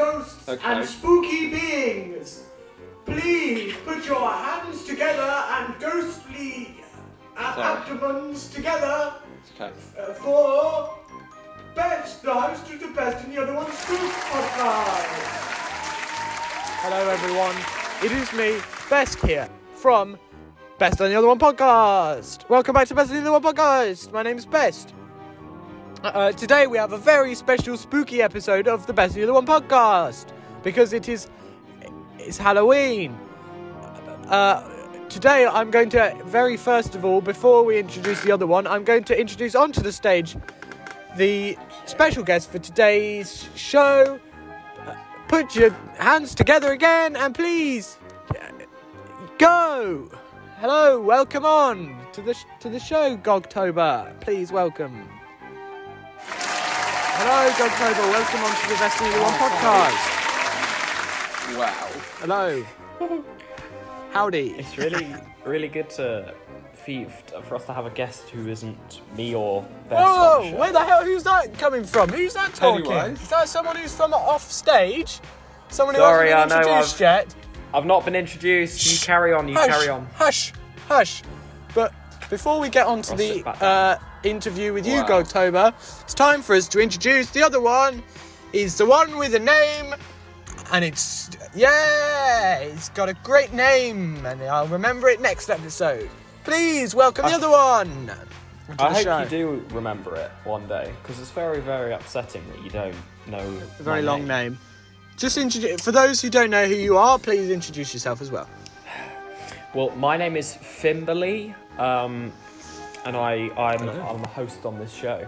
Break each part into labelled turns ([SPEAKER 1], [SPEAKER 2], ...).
[SPEAKER 1] and
[SPEAKER 2] Okay.
[SPEAKER 1] spooky beings. Please put your hands together and ghostly uh,
[SPEAKER 2] Sorry.
[SPEAKER 1] abdomens together
[SPEAKER 2] Okay.
[SPEAKER 1] uh, for Best, the host of the Best and the Other One Spooks podcast. Hello, everyone. It is me, Best here from Best and the Other One podcast. Welcome back to Best and the Other One podcast. My name's Best. Uh, today we have a very special spooky episode of the Best of the Other One podcast because it is it's Halloween. Uh, today I'm going to very first of all, before we introduce the other one, I'm going to introduce onto the stage the special guest for today's show. Uh, Put your hands together again and please uh, go. Hello, welcome on to the sh- to the show, Gogtober. Please welcome. Hello, Gogtober. Welcome on to the Best in Either One podcast.
[SPEAKER 2] Wow.
[SPEAKER 1] Hello. Howdy.
[SPEAKER 3] It's really, really good to for, for us to have a guest who isn't me or best. on the
[SPEAKER 1] Whoa!
[SPEAKER 3] show.
[SPEAKER 1] Where the hell? Who's that coming from? Who's that talking?
[SPEAKER 2] Pennywise.
[SPEAKER 1] Is that someone who's from off stage? Someone who
[SPEAKER 3] Sorry,
[SPEAKER 1] hasn't
[SPEAKER 3] I
[SPEAKER 1] been
[SPEAKER 3] know
[SPEAKER 1] introduced
[SPEAKER 3] I've-
[SPEAKER 1] yet.
[SPEAKER 3] I've not been introduced. You carry on. You
[SPEAKER 1] hush,
[SPEAKER 3] carry on.
[SPEAKER 1] Hush, hush. But before we get on to
[SPEAKER 3] I'll
[SPEAKER 1] the
[SPEAKER 3] sit back
[SPEAKER 1] uh, interview with you,
[SPEAKER 2] Wow.
[SPEAKER 1] Gogtober, it's time for us to introduce the other one. Is the one with a name, and it's yeah, it's got a great name, and I'll remember it next episode. Please welcome the other one. to
[SPEAKER 3] I
[SPEAKER 1] the
[SPEAKER 3] hope
[SPEAKER 1] show.
[SPEAKER 3] you do remember it one day because it's very, very upsetting that you don't know.
[SPEAKER 1] A very
[SPEAKER 3] my
[SPEAKER 1] long name. Just introduce for those who don't know who you are. Please introduce yourself as well.
[SPEAKER 3] Well, my name is Fimberly, um, and I, I'm, I'm a host on this show.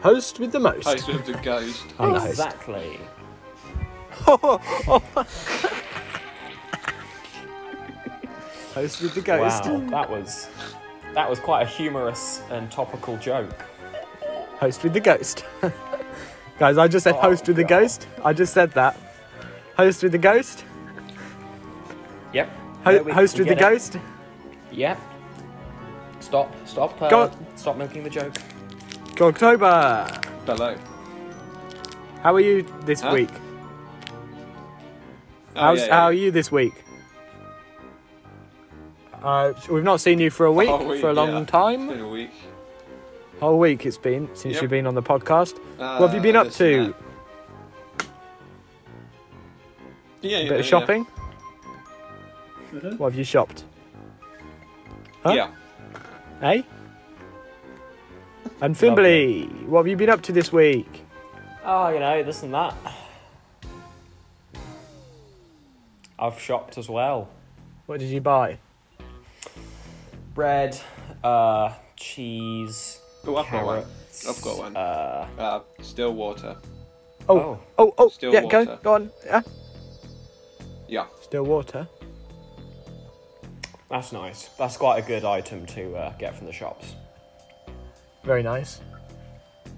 [SPEAKER 1] Host with the most.
[SPEAKER 2] Host with the ghost.
[SPEAKER 1] I'm the host.
[SPEAKER 3] exactly.
[SPEAKER 1] Host with the ghost.
[SPEAKER 3] Wow, that was, that was quite a humorous and topical joke.
[SPEAKER 1] Host with the ghost. Guys, I just said
[SPEAKER 3] Oh,
[SPEAKER 1] host with the
[SPEAKER 3] God.
[SPEAKER 1] ghost. I just said that. Host with the ghost.
[SPEAKER 3] Yep.
[SPEAKER 1] Ho-
[SPEAKER 3] Yeah, we-
[SPEAKER 1] host
[SPEAKER 3] we
[SPEAKER 1] with the
[SPEAKER 3] get it.
[SPEAKER 1] ghost.
[SPEAKER 3] Yep. Stop, stop, uh,
[SPEAKER 1] Go on.
[SPEAKER 3] stop milking the joke.
[SPEAKER 1] Gogtober.
[SPEAKER 2] Hello.
[SPEAKER 1] How are you this
[SPEAKER 2] Huh?
[SPEAKER 1] week?
[SPEAKER 2] Oh,
[SPEAKER 1] How's,
[SPEAKER 2] yeah, yeah.
[SPEAKER 1] How are you this week? Uh, we've not seen you for a week,
[SPEAKER 2] Whole week,
[SPEAKER 1] for a long
[SPEAKER 2] yeah.
[SPEAKER 1] time.
[SPEAKER 2] Been a week.
[SPEAKER 1] Whole week it's been since
[SPEAKER 2] Yep.
[SPEAKER 1] you've been on the podcast.
[SPEAKER 2] Uh,
[SPEAKER 1] what have you been up
[SPEAKER 2] this and
[SPEAKER 1] to?
[SPEAKER 2] that. Yeah, yeah,
[SPEAKER 1] bit
[SPEAKER 2] yeah. Mm-hmm.
[SPEAKER 1] of shopping. What have you shopped? Huh?
[SPEAKER 2] Yeah.
[SPEAKER 1] Eh? And Fimbly, what have you been up to this week?
[SPEAKER 3] Oh, you know, this and that. I've shopped as well.
[SPEAKER 1] What did you buy?
[SPEAKER 3] Bread, uh, cheese,
[SPEAKER 2] Oh, I've got one.
[SPEAKER 3] carrots.
[SPEAKER 2] I've got one.
[SPEAKER 3] Uh,
[SPEAKER 2] Uh, still water.
[SPEAKER 1] Oh,
[SPEAKER 3] Oh.
[SPEAKER 1] oh, oh,
[SPEAKER 2] Still
[SPEAKER 1] yeah, go,
[SPEAKER 2] water.
[SPEAKER 1] go on. Yeah.
[SPEAKER 2] Yeah.
[SPEAKER 1] Still water.
[SPEAKER 3] that's nice. That's quite a good item to uh, get from the shops.
[SPEAKER 1] Very nice.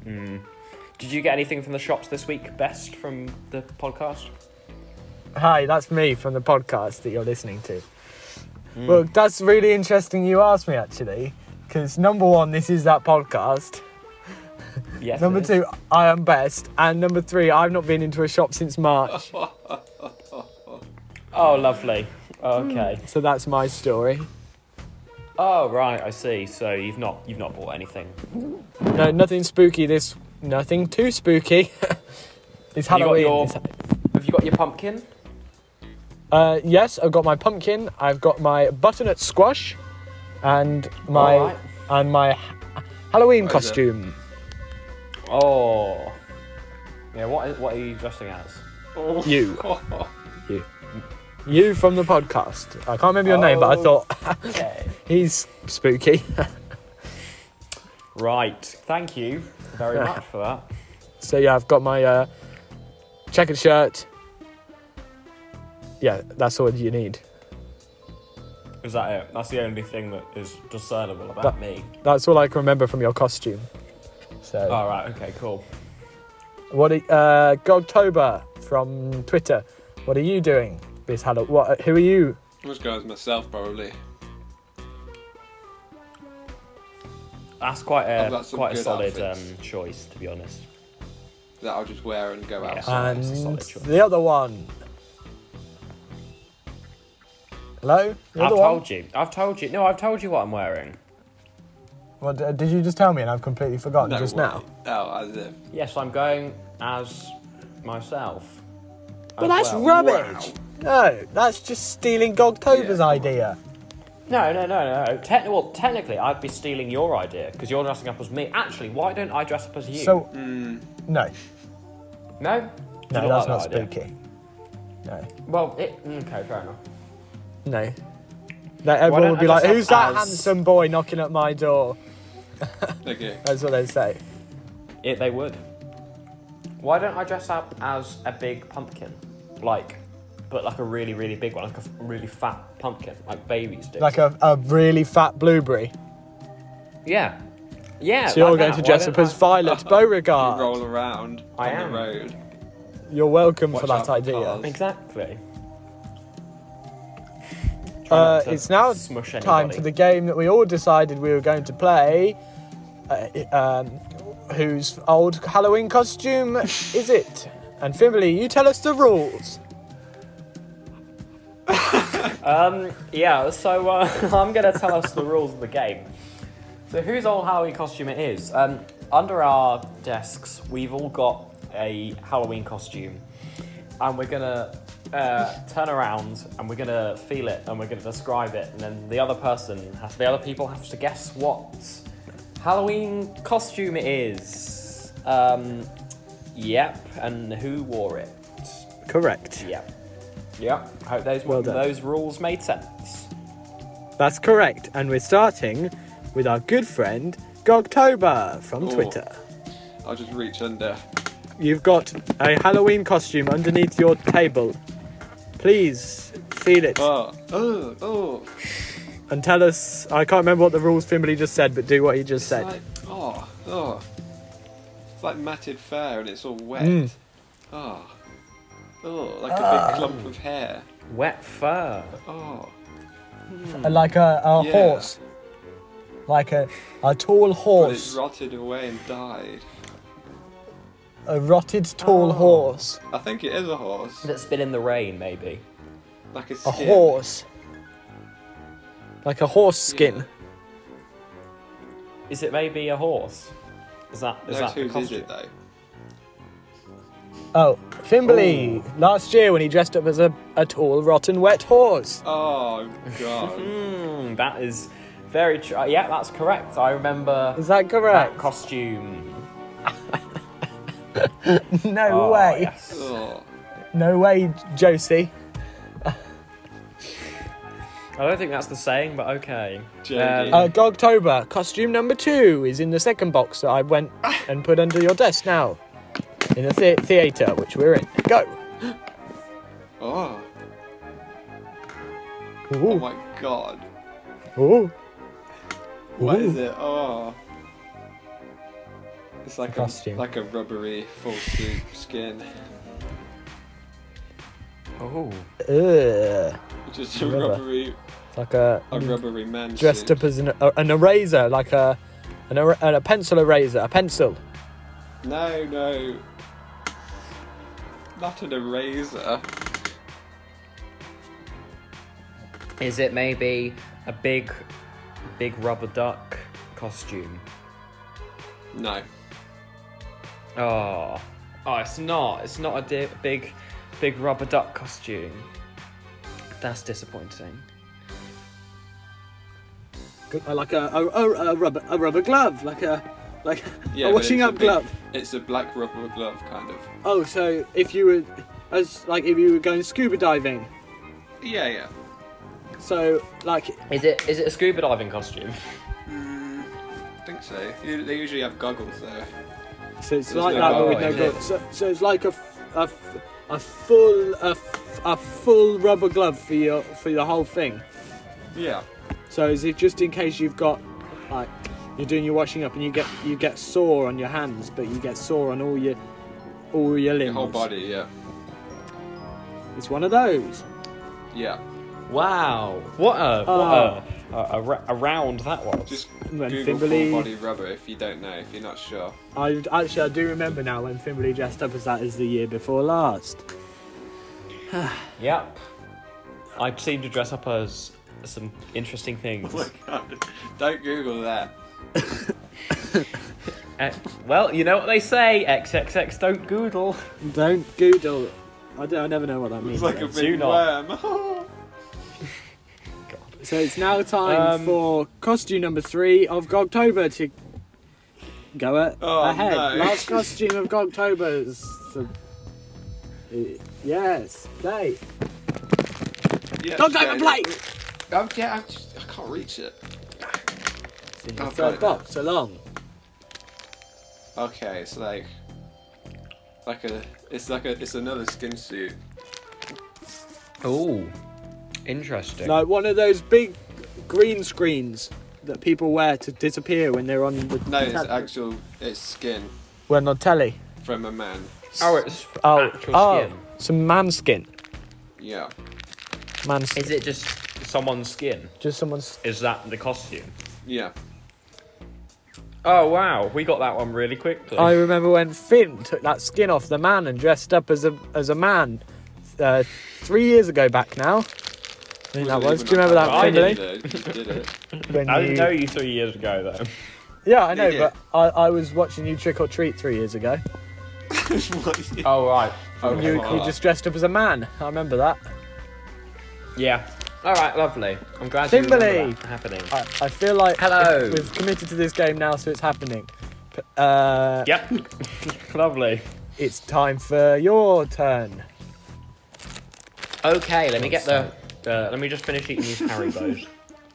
[SPEAKER 3] Did you get anything from the shops this week? Best from the podcast?
[SPEAKER 1] Hi, that's me from the podcast that you're listening to.
[SPEAKER 2] Mm.
[SPEAKER 1] Well, that's really interesting you asked me actually, because number one, this is that podcast.
[SPEAKER 3] Yes.
[SPEAKER 1] Number
[SPEAKER 3] it
[SPEAKER 1] two,
[SPEAKER 3] is.
[SPEAKER 1] I am best. And number three, I've not been into a shop since March.
[SPEAKER 3] Oh, lovely. Okay.
[SPEAKER 1] so that's my story.
[SPEAKER 3] Oh, right. I see. So you've not you've not bought anything.
[SPEAKER 1] No, nothing spooky this. Nothing too spooky. it's
[SPEAKER 3] Have you got
[SPEAKER 1] Halloween.
[SPEAKER 3] your-
[SPEAKER 1] It's-
[SPEAKER 3] Have you got your pumpkin?
[SPEAKER 1] Uh, yes, I've got my pumpkin. I've got my butternut squash, and my
[SPEAKER 3] Alright.
[SPEAKER 1] and my ha- Halloween
[SPEAKER 2] What is it?
[SPEAKER 1] costume.
[SPEAKER 3] Oh. Yeah, what, is, what are you dressing as?
[SPEAKER 2] Oh.
[SPEAKER 1] You. You from the podcast. I can't remember your name, but I
[SPEAKER 3] Oh.
[SPEAKER 1] thought
[SPEAKER 3] Okay.
[SPEAKER 1] he's spooky.
[SPEAKER 3] right. Thank you very much for that.
[SPEAKER 1] so yeah, I've got my uh, checkered shirt. Yeah, that's all you need.
[SPEAKER 3] Is that it? That's the only thing that is discernible about
[SPEAKER 1] That-
[SPEAKER 3] me.
[SPEAKER 1] That's all I can remember from your costume. So.
[SPEAKER 3] All right. Okay. Cool.
[SPEAKER 1] What are- uh Gogtober from Twitter? What are you doing this Halloween? What? uh, Who are you?
[SPEAKER 2] I was going as myself probably.
[SPEAKER 3] That's quite
[SPEAKER 2] I've
[SPEAKER 3] a
[SPEAKER 2] got some
[SPEAKER 3] quite a
[SPEAKER 2] good
[SPEAKER 3] solid
[SPEAKER 2] outfits.
[SPEAKER 3] um, choice, to be honest.
[SPEAKER 2] that I'll just wear and go out.
[SPEAKER 3] Solid,
[SPEAKER 1] And
[SPEAKER 3] it's a solid choice.
[SPEAKER 1] the other one. Hello? The
[SPEAKER 3] I've
[SPEAKER 1] other one?
[SPEAKER 3] told you. I've told you. No, I've told you what I'm wearing.
[SPEAKER 1] What, d- did you just tell me and I've completely forgotten
[SPEAKER 2] No,
[SPEAKER 1] just
[SPEAKER 2] wait.
[SPEAKER 1] now?
[SPEAKER 2] Oh, as if.
[SPEAKER 3] Yes, I'm going as myself.
[SPEAKER 1] Well, that's
[SPEAKER 3] well.
[SPEAKER 1] rubbish. No, that's just stealing Gogtober's
[SPEAKER 2] Yeah,
[SPEAKER 1] idea.
[SPEAKER 3] No, no, no, no. Techn well, technically, I'd be stealing your idea because you're dressing up as me. Actually, why don't I dress up as you?
[SPEAKER 1] So, no,
[SPEAKER 3] no, Do you
[SPEAKER 1] no, that's
[SPEAKER 3] like
[SPEAKER 1] not
[SPEAKER 3] that idea?
[SPEAKER 1] spooky. No,
[SPEAKER 3] Well, it, mm, okay, fair enough.
[SPEAKER 1] no. No, everyone
[SPEAKER 3] don't
[SPEAKER 1] would
[SPEAKER 3] I
[SPEAKER 1] be
[SPEAKER 3] dress
[SPEAKER 1] like,
[SPEAKER 3] up
[SPEAKER 1] "Who's that
[SPEAKER 3] as-
[SPEAKER 1] handsome boy knocking at my door?"
[SPEAKER 2] Okay.
[SPEAKER 1] That's what they say.
[SPEAKER 3] It they would. Why don't I dress up as a big pumpkin, like, but like a really, really big one, like a f- really fat pumpkin, like babies do.
[SPEAKER 1] Like a, a really fat blueberry.
[SPEAKER 3] yeah, yeah.
[SPEAKER 1] So you're
[SPEAKER 3] like
[SPEAKER 1] going
[SPEAKER 3] that.
[SPEAKER 1] to
[SPEAKER 3] Why
[SPEAKER 1] dress up
[SPEAKER 3] don't
[SPEAKER 1] as Violet
[SPEAKER 2] You roll
[SPEAKER 1] Beauregard.
[SPEAKER 2] around
[SPEAKER 3] I
[SPEAKER 2] on
[SPEAKER 3] am.
[SPEAKER 2] the road.
[SPEAKER 1] You're welcome for
[SPEAKER 2] Watch out
[SPEAKER 1] that
[SPEAKER 2] for
[SPEAKER 1] idea.
[SPEAKER 2] colours.
[SPEAKER 3] I- Exactly. Try
[SPEAKER 1] Uh,
[SPEAKER 3] not to
[SPEAKER 1] it's now
[SPEAKER 3] smush
[SPEAKER 1] time
[SPEAKER 3] anybody.
[SPEAKER 1] for the game that we all decided we were going to play. Uh, it- um, whose old Halloween costume is it? And Fimberly, you tell us the rules.
[SPEAKER 3] Yeah, so uh, I'm going to tell us the rules of the game. So, whose old Halloween costume it is? Um, under our desks, we've all got a Halloween costume, and we're going to uh, turn around and we're going to feel it and we're going to describe it, and then the other person, has, the other people, have to guess what Halloween costume it is. Um, yep, and who wore it?
[SPEAKER 1] Correct.
[SPEAKER 3] Yep. Yep. Hope those
[SPEAKER 1] Well done.
[SPEAKER 3] those rules made sense.
[SPEAKER 1] That's correct. And we're starting with our good friend Gogtober from
[SPEAKER 2] Ooh.
[SPEAKER 1] Twitter.
[SPEAKER 2] I'll just reach under.
[SPEAKER 1] You've got a Halloween costume underneath your table. Please feel it
[SPEAKER 2] Oh, oh, oh.
[SPEAKER 1] and tell us. I can't remember what the rules Fimberly just said, but do what he just
[SPEAKER 2] It's
[SPEAKER 1] said.
[SPEAKER 2] like, oh, oh. It's like matted fur and it's all wet.
[SPEAKER 1] Mm.
[SPEAKER 2] Oh, oh, like a
[SPEAKER 1] Ah.
[SPEAKER 2] big clump of hair.
[SPEAKER 3] Wet fur.
[SPEAKER 2] Oh,
[SPEAKER 1] Uh, Like a, a
[SPEAKER 2] Yeah.
[SPEAKER 1] horse. Like a, a tall
[SPEAKER 2] but it's
[SPEAKER 1] horse.
[SPEAKER 2] rotted away and died.
[SPEAKER 1] A rotted tall horse.
[SPEAKER 2] I think it is a horse.
[SPEAKER 3] That's been in the rain, maybe.
[SPEAKER 2] Like a
[SPEAKER 1] A
[SPEAKER 2] skin.
[SPEAKER 1] horse. Like a horse skin.
[SPEAKER 3] Is it maybe a horse? Is that is
[SPEAKER 2] Knows
[SPEAKER 3] that the
[SPEAKER 2] whose is
[SPEAKER 3] costume?
[SPEAKER 2] it though?
[SPEAKER 1] Oh, Fimberly. Last year when he dressed up as a, a tall, rotten, wet horse.
[SPEAKER 2] Oh god.
[SPEAKER 3] Hmm, that is very true. Yeah, that's correct. I remember
[SPEAKER 1] Is that
[SPEAKER 3] that
[SPEAKER 1] correct?
[SPEAKER 3] costume.
[SPEAKER 1] no
[SPEAKER 3] Oh,
[SPEAKER 1] way.
[SPEAKER 3] yes.
[SPEAKER 2] oh.
[SPEAKER 1] No way, Josie.
[SPEAKER 3] I don't think that's the saying, but okay. Um,
[SPEAKER 2] JD.
[SPEAKER 1] Uh, Gogtober, costume number two is in the second box that I went and put under your desk now. In the thea- theatre, which we're in. Go.
[SPEAKER 2] oh. Oh
[SPEAKER 1] Ooh,
[SPEAKER 2] my god.
[SPEAKER 1] ooh.
[SPEAKER 2] What
[SPEAKER 1] Ooh.
[SPEAKER 2] is it? Oh. It's like a,
[SPEAKER 1] Costume.
[SPEAKER 2] like a rubbery full suit skin.
[SPEAKER 3] Oh,
[SPEAKER 1] Ugh.
[SPEAKER 2] Just a
[SPEAKER 1] Rubber.
[SPEAKER 2] rubbery
[SPEAKER 1] It's uh, like a,
[SPEAKER 2] a rubbery man
[SPEAKER 1] dressed
[SPEAKER 2] suit.
[SPEAKER 1] up as an, a, an eraser, like a an er, a pencil eraser, a pencil.
[SPEAKER 2] No, no. Not an eraser.
[SPEAKER 3] is it maybe a big, big rubber duck costume?
[SPEAKER 2] No.
[SPEAKER 3] Oh, oh, it's not. It's not a di- big, big rubber duck costume. That's disappointing.
[SPEAKER 1] uh, Like a a, a, a rubber a rubber glove, like a like
[SPEAKER 2] but it's big- It's a black rubber glove kind of.
[SPEAKER 1] Oh, so if you were as like if you were going scuba diving,
[SPEAKER 2] Yeah, yeah.
[SPEAKER 1] so like
[SPEAKER 3] Is it is it a scuba diving costume?
[SPEAKER 2] I think so. You- They usually have goggles though.
[SPEAKER 1] So it's
[SPEAKER 2] There's
[SPEAKER 1] like
[SPEAKER 2] no
[SPEAKER 1] that, but
[SPEAKER 2] goal,
[SPEAKER 1] with no
[SPEAKER 2] is
[SPEAKER 1] glove. So, so it's like a, f- a, f- a full a, f- a full rubber glove for your for the whole thing.
[SPEAKER 2] Yeah.
[SPEAKER 1] So is it just in case you've got like you're doing your washing up and you get you get sore on your hands, but you get sore on all your all your limbs.
[SPEAKER 2] Your whole body, yeah.
[SPEAKER 1] It's one of those.
[SPEAKER 2] Yeah.
[SPEAKER 3] Wow. Oh. What a
[SPEAKER 4] Ah.
[SPEAKER 3] what a, a, a, ra- a round that was.
[SPEAKER 2] Just
[SPEAKER 4] And then
[SPEAKER 2] Google
[SPEAKER 4] Fimberley-
[SPEAKER 2] full body rubber if you don't know, if you're not sure.
[SPEAKER 4] I actually I do remember now when Fimberley dressed up as that is the year before last.
[SPEAKER 3] Yep. I seem to dress up as some interesting things.
[SPEAKER 2] Oh my god. Don't Google that.
[SPEAKER 3] Eh, well, you know what they say: XXX don't goodle.
[SPEAKER 4] Don't Google. I, don't, I never know what that means.
[SPEAKER 2] It's like a
[SPEAKER 4] though.
[SPEAKER 2] big
[SPEAKER 3] not.
[SPEAKER 2] worm.
[SPEAKER 4] so it's now time
[SPEAKER 3] Um,
[SPEAKER 4] for costume number three of Gogtober to go a-
[SPEAKER 2] Oh,
[SPEAKER 4] ahead.
[SPEAKER 2] no.
[SPEAKER 4] Last costume of Gogtober's. So, uh, yes, play.
[SPEAKER 2] yeah,
[SPEAKER 4] Gogtober,
[SPEAKER 2] go.
[SPEAKER 4] play!
[SPEAKER 2] Oh, yeah, I'm just, I can't reach it.
[SPEAKER 4] It's in the
[SPEAKER 2] Oh, got
[SPEAKER 4] third
[SPEAKER 2] it.
[SPEAKER 4] box along.
[SPEAKER 2] Okay, it's like like a it's like a it's another skin suit.
[SPEAKER 3] Ooh, interesting.
[SPEAKER 4] Like one of those big green screens that people wear to disappear when they're on the.
[SPEAKER 2] No, it's
[SPEAKER 4] tab-
[SPEAKER 2] actual it's skin
[SPEAKER 1] We're not telly.
[SPEAKER 2] from a man.
[SPEAKER 3] Oh, it's
[SPEAKER 1] Oh,
[SPEAKER 3] actual
[SPEAKER 1] oh,
[SPEAKER 3] skin.
[SPEAKER 1] some man skin.
[SPEAKER 2] Yeah.
[SPEAKER 1] Man skin.
[SPEAKER 3] Is it just someone's skin?
[SPEAKER 1] Just someone's.
[SPEAKER 3] Is that the costume?
[SPEAKER 2] Yeah.
[SPEAKER 3] Oh wow, we got that one really quickly.
[SPEAKER 1] I remember when Finn took that skin off the man and dressed up as a as a man, uh, three years ago back now. I think that was. Do you remember that,
[SPEAKER 3] I
[SPEAKER 2] I
[SPEAKER 3] didn't
[SPEAKER 1] Finn?
[SPEAKER 2] did it. You did it.
[SPEAKER 1] When
[SPEAKER 3] I didn't
[SPEAKER 1] you-
[SPEAKER 3] know you three years ago though.
[SPEAKER 1] Yeah, I know,
[SPEAKER 2] Yeah.
[SPEAKER 1] but I, I was watching you trick or treat three years ago.
[SPEAKER 3] Oh right.
[SPEAKER 1] And you, you just dressed up as a man. I remember that.
[SPEAKER 3] Yeah. All right, lovely. I'm glad you
[SPEAKER 1] Kimberly!
[SPEAKER 3] remember that happening.
[SPEAKER 1] I, I feel like
[SPEAKER 3] Hello.
[SPEAKER 1] we've committed to this game now, so it's happening. P- Uh,
[SPEAKER 3] Yep. lovely.
[SPEAKER 1] It's time for your turn.
[SPEAKER 3] Okay, let me get the. Uh, let me just finish eating these Haribo's.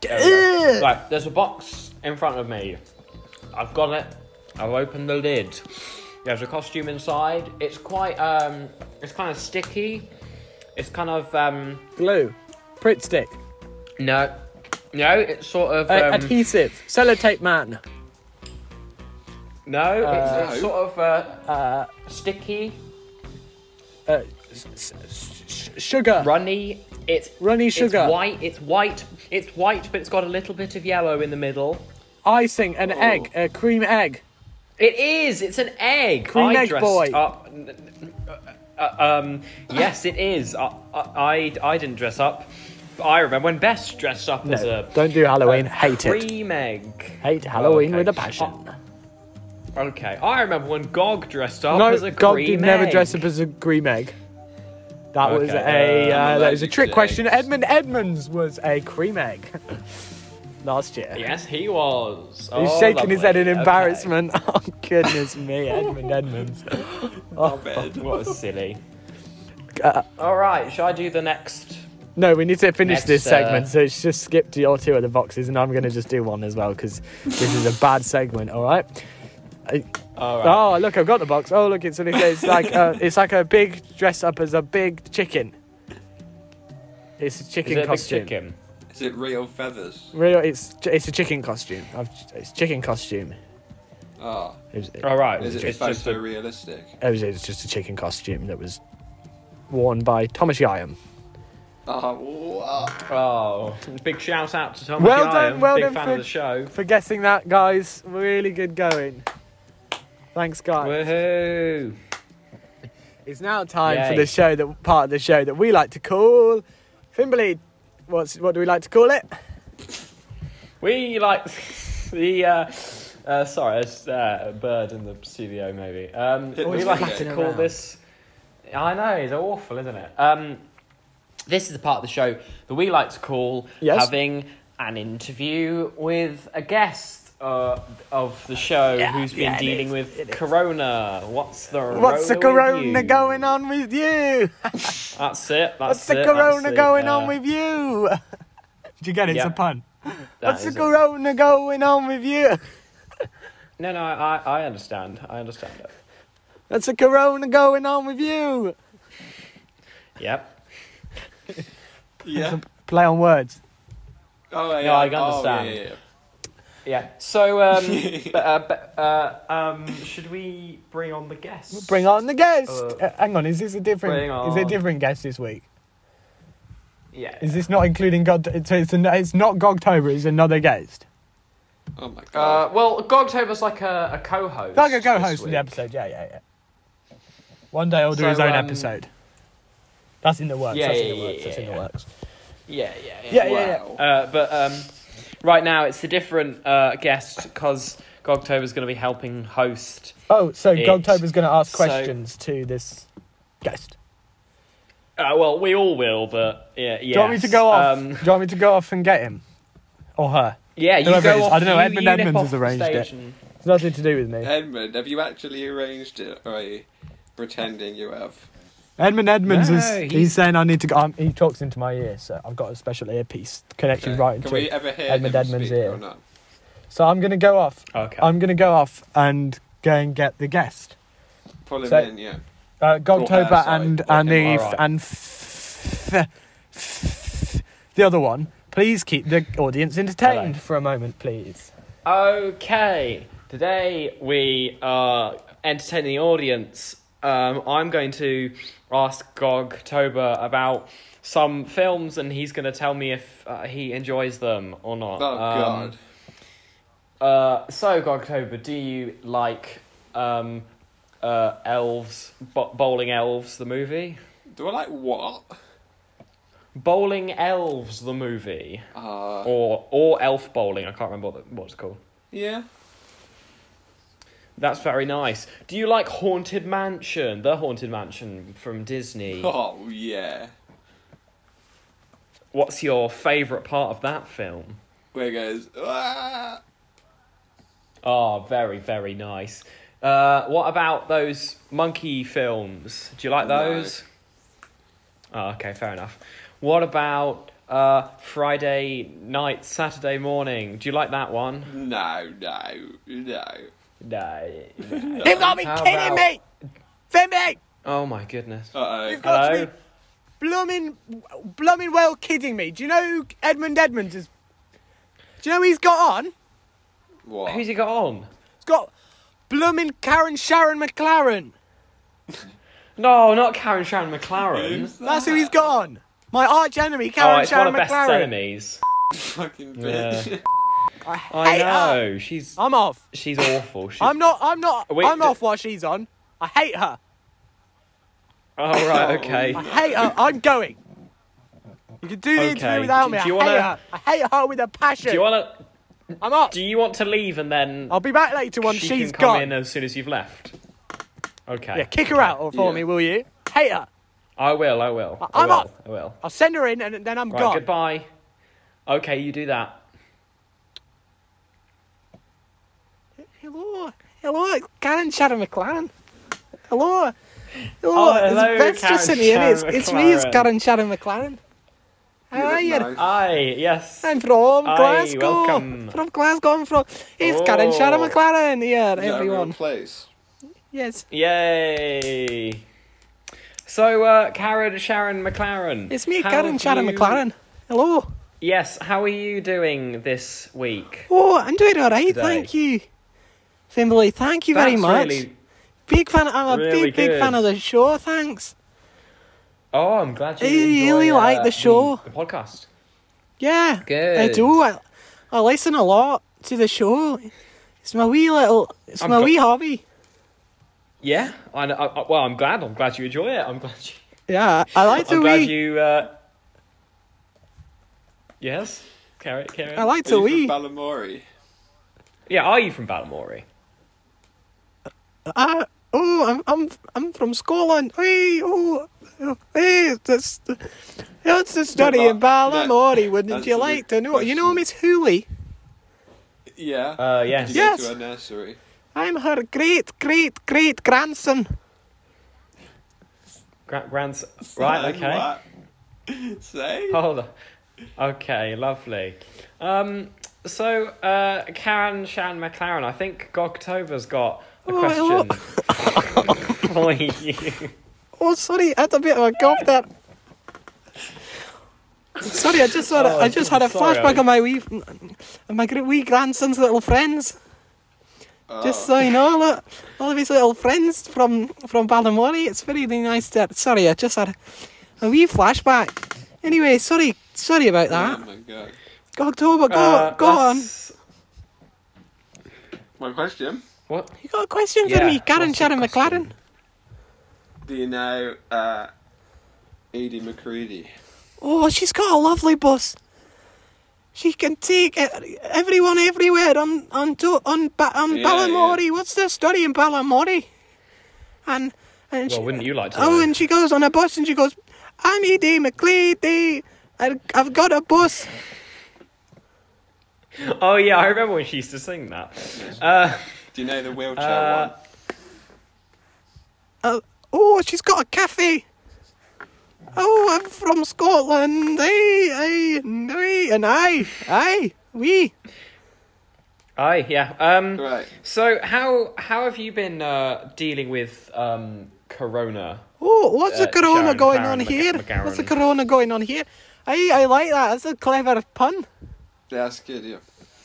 [SPEAKER 3] There we go. right, there's a box in front of me. I've got it. I've opened the lid. There's a costume inside. It's quite. Um, it's kind of sticky. It's kind of. Um,
[SPEAKER 1] Glue, Prit stick,
[SPEAKER 3] no. No, it's sort of.
[SPEAKER 1] A-
[SPEAKER 3] Um,
[SPEAKER 1] adhesive, sellotape man.
[SPEAKER 3] no, it's, it's
[SPEAKER 2] No.
[SPEAKER 3] sort of uh, uh, sticky,
[SPEAKER 1] uh, s- s- s- sugar,
[SPEAKER 3] runny. It's
[SPEAKER 1] runny sugar,
[SPEAKER 3] It's white. It's white. It's white, but it's got a little bit of yellow in the middle.
[SPEAKER 1] icing,
[SPEAKER 3] Oh.
[SPEAKER 1] an egg, a cream egg,
[SPEAKER 3] It is. It's an egg.
[SPEAKER 1] Cream
[SPEAKER 3] I
[SPEAKER 1] egg
[SPEAKER 3] dressed
[SPEAKER 1] boy.
[SPEAKER 3] Up. n- n- uh, um, yes, it is. I, I, I didn't dress up. but I remember when Bess dressed up as a
[SPEAKER 1] don't do Halloween.
[SPEAKER 3] a
[SPEAKER 1] Hate it.
[SPEAKER 3] cream egg.
[SPEAKER 1] hate Halloween
[SPEAKER 3] Okay.
[SPEAKER 1] with a passion.
[SPEAKER 3] Okay, I remember when Gog dressed up
[SPEAKER 1] no,
[SPEAKER 3] as Oh, a
[SPEAKER 1] God
[SPEAKER 3] cream
[SPEAKER 1] did never
[SPEAKER 3] egg.
[SPEAKER 1] dress up as a cream egg. That was
[SPEAKER 3] Okay,
[SPEAKER 1] a
[SPEAKER 2] uh,
[SPEAKER 1] uh,
[SPEAKER 2] I'm
[SPEAKER 1] that was a
[SPEAKER 2] allergic
[SPEAKER 1] trick
[SPEAKER 2] to
[SPEAKER 1] question.
[SPEAKER 2] eggs.
[SPEAKER 1] Edmund Edmonds was a cream egg last year.
[SPEAKER 3] Yes, he was.
[SPEAKER 1] He's
[SPEAKER 3] Oh,
[SPEAKER 1] shaking his head in
[SPEAKER 3] lovely. Okay.
[SPEAKER 1] embarrassment. Oh goodness me, Edmund Edmonds.
[SPEAKER 2] Bed.
[SPEAKER 3] What a silly.
[SPEAKER 1] Uh,
[SPEAKER 3] All right, shall I do the next?
[SPEAKER 1] No, we need to finish
[SPEAKER 3] Next,
[SPEAKER 1] this segment,
[SPEAKER 3] uh,
[SPEAKER 1] so it's just skip to your two other boxes, and I'm going to just do one as well because this is a bad segment. All right. I-
[SPEAKER 3] All right.
[SPEAKER 1] Oh look, I've got the box. Oh look, it's like it's like a, it's like a big dress up as a big chicken. It's a
[SPEAKER 3] is
[SPEAKER 1] Oh, chicken
[SPEAKER 3] it a big
[SPEAKER 1] costume.
[SPEAKER 3] chicken?
[SPEAKER 2] Is it real feathers?
[SPEAKER 1] Real, it's it's a chicken costume. I've, it's chicken costume.
[SPEAKER 2] Oh.
[SPEAKER 1] It was, it,
[SPEAKER 3] All right.
[SPEAKER 2] Is it
[SPEAKER 3] it's just a
[SPEAKER 2] photorealistic?
[SPEAKER 1] was, it was just a chicken costume that was worn by Thomas Yam.
[SPEAKER 2] Oh, wow.
[SPEAKER 3] Oh, big shout out to Tom.
[SPEAKER 1] Well
[SPEAKER 3] Well
[SPEAKER 1] done, well
[SPEAKER 3] big
[SPEAKER 1] done
[SPEAKER 3] fan
[SPEAKER 1] for-
[SPEAKER 3] of the show.
[SPEAKER 1] For guessing that, guys, really good going. Thanks, guys.
[SPEAKER 3] Woohoo!
[SPEAKER 1] It's now time for
[SPEAKER 3] Yay.
[SPEAKER 1] the show that part of the show that we like to call Fimberly. What's what do we like to call it?
[SPEAKER 3] We like the. Uh, uh, sorry, it's uh, a bird in the studio. Maybe um, we
[SPEAKER 2] was
[SPEAKER 3] like to
[SPEAKER 1] flapping
[SPEAKER 3] call
[SPEAKER 1] around.
[SPEAKER 3] this. I know it's awful, isn't it? Um, this is the part of the show that we like to call
[SPEAKER 1] Yes.
[SPEAKER 3] having an interview with a guest. Uh, of the show who's been
[SPEAKER 1] yeah, it
[SPEAKER 3] dealing
[SPEAKER 1] is, it
[SPEAKER 3] with
[SPEAKER 1] is.
[SPEAKER 3] corona what's the
[SPEAKER 1] What's the
[SPEAKER 3] corona with
[SPEAKER 1] corona
[SPEAKER 3] you?
[SPEAKER 1] going on with you?
[SPEAKER 3] that's it that's
[SPEAKER 1] What's the
[SPEAKER 3] it,
[SPEAKER 1] corona
[SPEAKER 3] that's it,
[SPEAKER 1] going
[SPEAKER 3] uh,
[SPEAKER 1] on with you? Do you get it? It's
[SPEAKER 3] Yeah.
[SPEAKER 1] a pun.
[SPEAKER 3] that
[SPEAKER 1] What's the
[SPEAKER 3] is it.
[SPEAKER 1] corona going on with you?
[SPEAKER 3] No, no, I, I understand. I understand it.
[SPEAKER 1] What's the corona going on with you?
[SPEAKER 3] Yep.
[SPEAKER 2] Yeah.
[SPEAKER 1] Play on words.
[SPEAKER 2] Oh, yeah.
[SPEAKER 3] I can
[SPEAKER 2] oh, yeah,
[SPEAKER 3] understand.
[SPEAKER 2] yeah, yeah.
[SPEAKER 3] Yeah. So, um, b- uh, b- uh, um, should we bring on the guest?
[SPEAKER 1] Bring on the guest.
[SPEAKER 3] Uh,
[SPEAKER 1] Uh, hang on, is this a different?
[SPEAKER 3] bring
[SPEAKER 1] Is it a
[SPEAKER 3] on.
[SPEAKER 1] different guest this week?
[SPEAKER 3] Yeah.
[SPEAKER 1] Is this not including God? It's, it's, an, it's not Gogtober, it's another guest.
[SPEAKER 2] Oh my god.
[SPEAKER 3] Uh, well, Gogtober's like a, a co-host.
[SPEAKER 1] Like a co
[SPEAKER 3] this
[SPEAKER 1] host of
[SPEAKER 3] week.
[SPEAKER 1] the episode, yeah, yeah, yeah. One day I'll do
[SPEAKER 3] So,
[SPEAKER 1] his own
[SPEAKER 3] um,
[SPEAKER 1] episode. That's in the works,
[SPEAKER 3] Yeah,
[SPEAKER 1] that's
[SPEAKER 3] yeah,
[SPEAKER 1] in the
[SPEAKER 3] yeah,
[SPEAKER 1] works, that's in the
[SPEAKER 3] yeah.
[SPEAKER 1] works.
[SPEAKER 3] Yeah, yeah, yeah.
[SPEAKER 1] Yeah, yeah,
[SPEAKER 2] Wow.
[SPEAKER 3] Uh, but um, right now it's a different uh, guest because Gogtober's going to be helping host.
[SPEAKER 1] Oh, so
[SPEAKER 3] It-
[SPEAKER 1] Gogtober's going to ask
[SPEAKER 3] so-
[SPEAKER 1] questions to this guest.
[SPEAKER 3] Uh, well, we all will, but yeah, yeah.
[SPEAKER 1] Do you want me to go off? do you want me to go off and get him? Or her?
[SPEAKER 3] yeah, you
[SPEAKER 1] Whoever it
[SPEAKER 3] go
[SPEAKER 1] is.
[SPEAKER 3] off.
[SPEAKER 1] I don't know,
[SPEAKER 3] you-
[SPEAKER 1] Edmund
[SPEAKER 3] you nip
[SPEAKER 1] Edmonds
[SPEAKER 3] off
[SPEAKER 1] has
[SPEAKER 3] the
[SPEAKER 1] arranged
[SPEAKER 3] stage
[SPEAKER 1] it.
[SPEAKER 3] and-
[SPEAKER 1] It's nothing to do with me.
[SPEAKER 2] Edmund, have you actually arranged it, or are you pretending you have?
[SPEAKER 1] Edmund Edmonds
[SPEAKER 3] No,
[SPEAKER 1] is
[SPEAKER 3] he's-
[SPEAKER 1] he's, saying I need to go. Um, he talks into my ear, so I've got a special earpiece connected
[SPEAKER 2] Okay.
[SPEAKER 1] right
[SPEAKER 2] Can
[SPEAKER 1] into.
[SPEAKER 2] we ever hear
[SPEAKER 1] Edmund
[SPEAKER 2] him
[SPEAKER 1] Edmund's
[SPEAKER 2] speak
[SPEAKER 1] ear.
[SPEAKER 2] or not?
[SPEAKER 1] So I'm gonna go off.
[SPEAKER 3] Oh, Okay.
[SPEAKER 1] I'm gonna go off and go and get the guest.
[SPEAKER 2] Pull him
[SPEAKER 1] So-
[SPEAKER 2] in, yeah.
[SPEAKER 1] Uh,
[SPEAKER 2] Or her,
[SPEAKER 1] Gogtober
[SPEAKER 2] sorry.
[SPEAKER 1] and
[SPEAKER 2] Okay,
[SPEAKER 1] and the
[SPEAKER 3] alright.
[SPEAKER 1] and f- f- the other one. Please keep the audience entertained
[SPEAKER 3] Hello.
[SPEAKER 1] for a moment, please.
[SPEAKER 3] Okay, today we are entertaining the audience. Um, I'm going to ask Gog Toba about some films, and he's going to tell me if uh, he enjoys them or not.
[SPEAKER 2] Oh
[SPEAKER 3] Um,
[SPEAKER 2] god.
[SPEAKER 3] Uh, so Gog Toba, do you like um, uh, Elves, bo- Bowling Elves, the movie?
[SPEAKER 2] Do I like what?
[SPEAKER 3] Bowling Elves, the movie,
[SPEAKER 2] Uh,
[SPEAKER 3] or or Elf Bowling? I can't remember what, the, what it's called.
[SPEAKER 2] yeah.
[SPEAKER 3] That's very nice. Do you like Haunted Mansion? The Haunted Mansion from Disney.
[SPEAKER 2] Oh yeah.
[SPEAKER 3] What's your favourite part of that film?
[SPEAKER 2] Where it goes? "Ah."
[SPEAKER 3] Oh, very, very nice. Uh, what about those monkey films? Do you like
[SPEAKER 2] No.
[SPEAKER 3] those? Oh, okay, fair enough. What about uh, Friday night, Saturday morning? Do you like that one?
[SPEAKER 2] No, no, no.
[SPEAKER 3] No.
[SPEAKER 1] You've got me
[SPEAKER 3] How
[SPEAKER 1] kidding
[SPEAKER 3] about-
[SPEAKER 1] me, Femi.
[SPEAKER 3] Oh my goodness.
[SPEAKER 2] Uh
[SPEAKER 1] You've
[SPEAKER 2] oh.
[SPEAKER 1] got
[SPEAKER 3] Hello?
[SPEAKER 1] to be blooming, blooming well kidding me. Do you know who Edmund Edmonds is? Do you know who he's got on?
[SPEAKER 2] What?
[SPEAKER 3] Who's he got on?
[SPEAKER 1] It's got blooming Karen Sharon McLaren.
[SPEAKER 3] No, not Karen Sharon McLaren.
[SPEAKER 2] Who's
[SPEAKER 1] That's
[SPEAKER 2] that?
[SPEAKER 1] who he's got on. My arch enemy, Karen
[SPEAKER 3] Oh, it's one
[SPEAKER 1] Sharon
[SPEAKER 3] of best
[SPEAKER 1] McLaren.
[SPEAKER 3] enemies.
[SPEAKER 2] Fucking bitch.
[SPEAKER 3] Yeah.
[SPEAKER 1] I,
[SPEAKER 3] I
[SPEAKER 1] hate her.
[SPEAKER 3] know. She's
[SPEAKER 1] I'm off.
[SPEAKER 3] she's awful. She's...
[SPEAKER 1] I'm not. I'm not.
[SPEAKER 3] Wait,
[SPEAKER 1] I'm
[SPEAKER 3] th-
[SPEAKER 1] off while she's on. I hate her.
[SPEAKER 3] Oh right, okay.
[SPEAKER 1] I hate her. I'm going. You can do the
[SPEAKER 3] Okay,
[SPEAKER 1] interview without
[SPEAKER 3] do-
[SPEAKER 1] me.
[SPEAKER 3] do you
[SPEAKER 1] I hate
[SPEAKER 3] wanna-
[SPEAKER 1] her. I hate her with a passion.
[SPEAKER 3] Do you want to?
[SPEAKER 1] I'm off.
[SPEAKER 3] Do you want to leave and then
[SPEAKER 1] I'll be back later once
[SPEAKER 3] she
[SPEAKER 1] has
[SPEAKER 3] can come
[SPEAKER 1] gone.
[SPEAKER 3] in as soon as you've left? Okay.
[SPEAKER 1] Yeah, kick her out for
[SPEAKER 2] Yeah.
[SPEAKER 1] me, will you? Hate her.
[SPEAKER 3] I will. I will. I
[SPEAKER 1] I'm
[SPEAKER 3] will,
[SPEAKER 1] off.
[SPEAKER 3] I will.
[SPEAKER 1] I'll send her in and then I'm
[SPEAKER 3] Right.
[SPEAKER 1] gone.
[SPEAKER 3] Goodbye. Okay, you do that.
[SPEAKER 1] Hello. Hello, it's Karen Sharon McLaren. Hello. Hello.
[SPEAKER 3] Oh, hello,
[SPEAKER 1] it's Beth
[SPEAKER 3] Karen
[SPEAKER 1] just in here. It's,
[SPEAKER 3] Sharon
[SPEAKER 1] it's me, it's
[SPEAKER 3] McLaren.
[SPEAKER 1] Karen Sharon McLaren. How are you?
[SPEAKER 2] look nice.
[SPEAKER 3] Aye. Yes.
[SPEAKER 1] I'm from
[SPEAKER 3] Aye,
[SPEAKER 1] Glasgow.
[SPEAKER 3] welcome.
[SPEAKER 1] From Glasgow, I'm from. It's Karen Sharon
[SPEAKER 3] Oh.
[SPEAKER 1] McLaren here,
[SPEAKER 2] Is that a real
[SPEAKER 1] everyone.
[SPEAKER 2] place.
[SPEAKER 1] Yes.
[SPEAKER 3] Yay. So, uh, Karen Sharon McLaren.
[SPEAKER 1] It's me,
[SPEAKER 3] how
[SPEAKER 1] Karen
[SPEAKER 3] have
[SPEAKER 1] Sharon
[SPEAKER 3] you-
[SPEAKER 1] McLaren. Hello.
[SPEAKER 3] Yes. How are you doing this week?
[SPEAKER 1] Oh, I'm doing alright,
[SPEAKER 3] Today.
[SPEAKER 1] thank you. Family, thank you very
[SPEAKER 3] That's
[SPEAKER 1] much.
[SPEAKER 3] really-
[SPEAKER 1] Big fan. I'm a
[SPEAKER 3] really
[SPEAKER 1] big, big fan
[SPEAKER 3] good.
[SPEAKER 1] of the show. Thanks.
[SPEAKER 3] Oh, I'm glad you
[SPEAKER 1] I really
[SPEAKER 3] enjoy,
[SPEAKER 1] like
[SPEAKER 3] uh,
[SPEAKER 1] the show.
[SPEAKER 3] The podcast.
[SPEAKER 1] Yeah. I
[SPEAKER 3] Good.
[SPEAKER 1] do. I, I listen a lot to the show. It's my wee little. It's
[SPEAKER 3] I'm
[SPEAKER 1] my
[SPEAKER 3] go-
[SPEAKER 1] wee hobby.
[SPEAKER 3] Yeah, I, I, I- well, I'm glad. I'm glad you enjoy it. I'm glad you.
[SPEAKER 1] Yeah, I like to
[SPEAKER 3] I'm glad
[SPEAKER 1] wee.
[SPEAKER 3] you. Uh... Yes, carry, carry.
[SPEAKER 1] I
[SPEAKER 3] On.
[SPEAKER 1] like
[SPEAKER 2] Are
[SPEAKER 1] to
[SPEAKER 2] you
[SPEAKER 1] wee.
[SPEAKER 2] from Balamori?
[SPEAKER 3] Yeah, are you from Balmorey?
[SPEAKER 1] Ah, oh, I'm I'm I'm from Scotland. Hey, oh, oh, hey, that's. What's the story in
[SPEAKER 2] that- that-
[SPEAKER 1] Ballinamore? Wouldn't
[SPEAKER 2] that's
[SPEAKER 1] you
[SPEAKER 2] a
[SPEAKER 1] like to
[SPEAKER 2] good
[SPEAKER 1] know? You know
[SPEAKER 2] question.
[SPEAKER 1] Miss Hooley.
[SPEAKER 2] Yeah.
[SPEAKER 3] Uh,
[SPEAKER 2] Did
[SPEAKER 3] yes.
[SPEAKER 2] you
[SPEAKER 1] Yes.
[SPEAKER 2] go to a nursery?
[SPEAKER 1] I'm her great, great, great grandson.
[SPEAKER 3] Gra- Grand's right.
[SPEAKER 2] Say
[SPEAKER 3] Okay. Oh.
[SPEAKER 2] what? Say?
[SPEAKER 3] Hold on. Okay, lovely. Um, so uh, Karen Shan McLaren, I think Gogtober's got a
[SPEAKER 1] Oh,
[SPEAKER 3] question
[SPEAKER 1] hello.
[SPEAKER 3] for you.
[SPEAKER 1] Oh, sorry, I had a bit of a cough there. Sorry, I just had a,
[SPEAKER 3] Oh,
[SPEAKER 1] I just had a
[SPEAKER 3] sorry,
[SPEAKER 1] flashback
[SPEAKER 3] Alex.
[SPEAKER 1] of my wee, of my great wee grandson's little friends.
[SPEAKER 2] Oh,
[SPEAKER 1] Just so you know, look, all of his little friends from from Ballinmorey. It's very nice. To, sorry, I just had a wee flashback. Anyway, sorry, sorry about
[SPEAKER 2] Oh
[SPEAKER 1] that.
[SPEAKER 2] my god.
[SPEAKER 1] October, go,
[SPEAKER 3] Uh,
[SPEAKER 1] go on.
[SPEAKER 3] that's-
[SPEAKER 2] My question:
[SPEAKER 3] What?
[SPEAKER 1] You got a question for
[SPEAKER 3] Yeah,
[SPEAKER 1] me, Karen
[SPEAKER 3] what's your
[SPEAKER 1] Sharon
[SPEAKER 3] question?
[SPEAKER 1] McLaren?
[SPEAKER 2] Do you know uh, Edie McCready?
[SPEAKER 1] Oh, she's got a lovely bus. She can take e- everyone everywhere on on to, on ba- on
[SPEAKER 2] Yeah,
[SPEAKER 1] Balamori. What's the story in Balamori? And and
[SPEAKER 3] Well,
[SPEAKER 1] she,
[SPEAKER 3] wouldn't you like to?
[SPEAKER 1] oh,
[SPEAKER 3] know?
[SPEAKER 1] and she goes on a bus and she goes, "I'm Edie McLeady. I- I've got a bus."
[SPEAKER 3] oh yeah, I remember when she used to sing that. Uh,
[SPEAKER 2] Do you know the wheelchair
[SPEAKER 3] Uh,
[SPEAKER 2] one?
[SPEAKER 1] Uh, oh, she's got a cafe. Oh, I'm from Scotland. Aye, aye, and aye, and aye, aye, we.
[SPEAKER 3] aye, yeah. Um,
[SPEAKER 2] Right.
[SPEAKER 3] So how how have you been uh, dealing with um, Corona?
[SPEAKER 1] Oh, what's the
[SPEAKER 3] Uh,
[SPEAKER 1] corona
[SPEAKER 3] Sharon
[SPEAKER 1] going
[SPEAKER 3] Karen
[SPEAKER 1] on
[SPEAKER 3] Mc-
[SPEAKER 1] here?
[SPEAKER 3] McGowan.
[SPEAKER 1] What's the corona going on here? I I like that. That's a clever pun.
[SPEAKER 2] That's good. Yeah.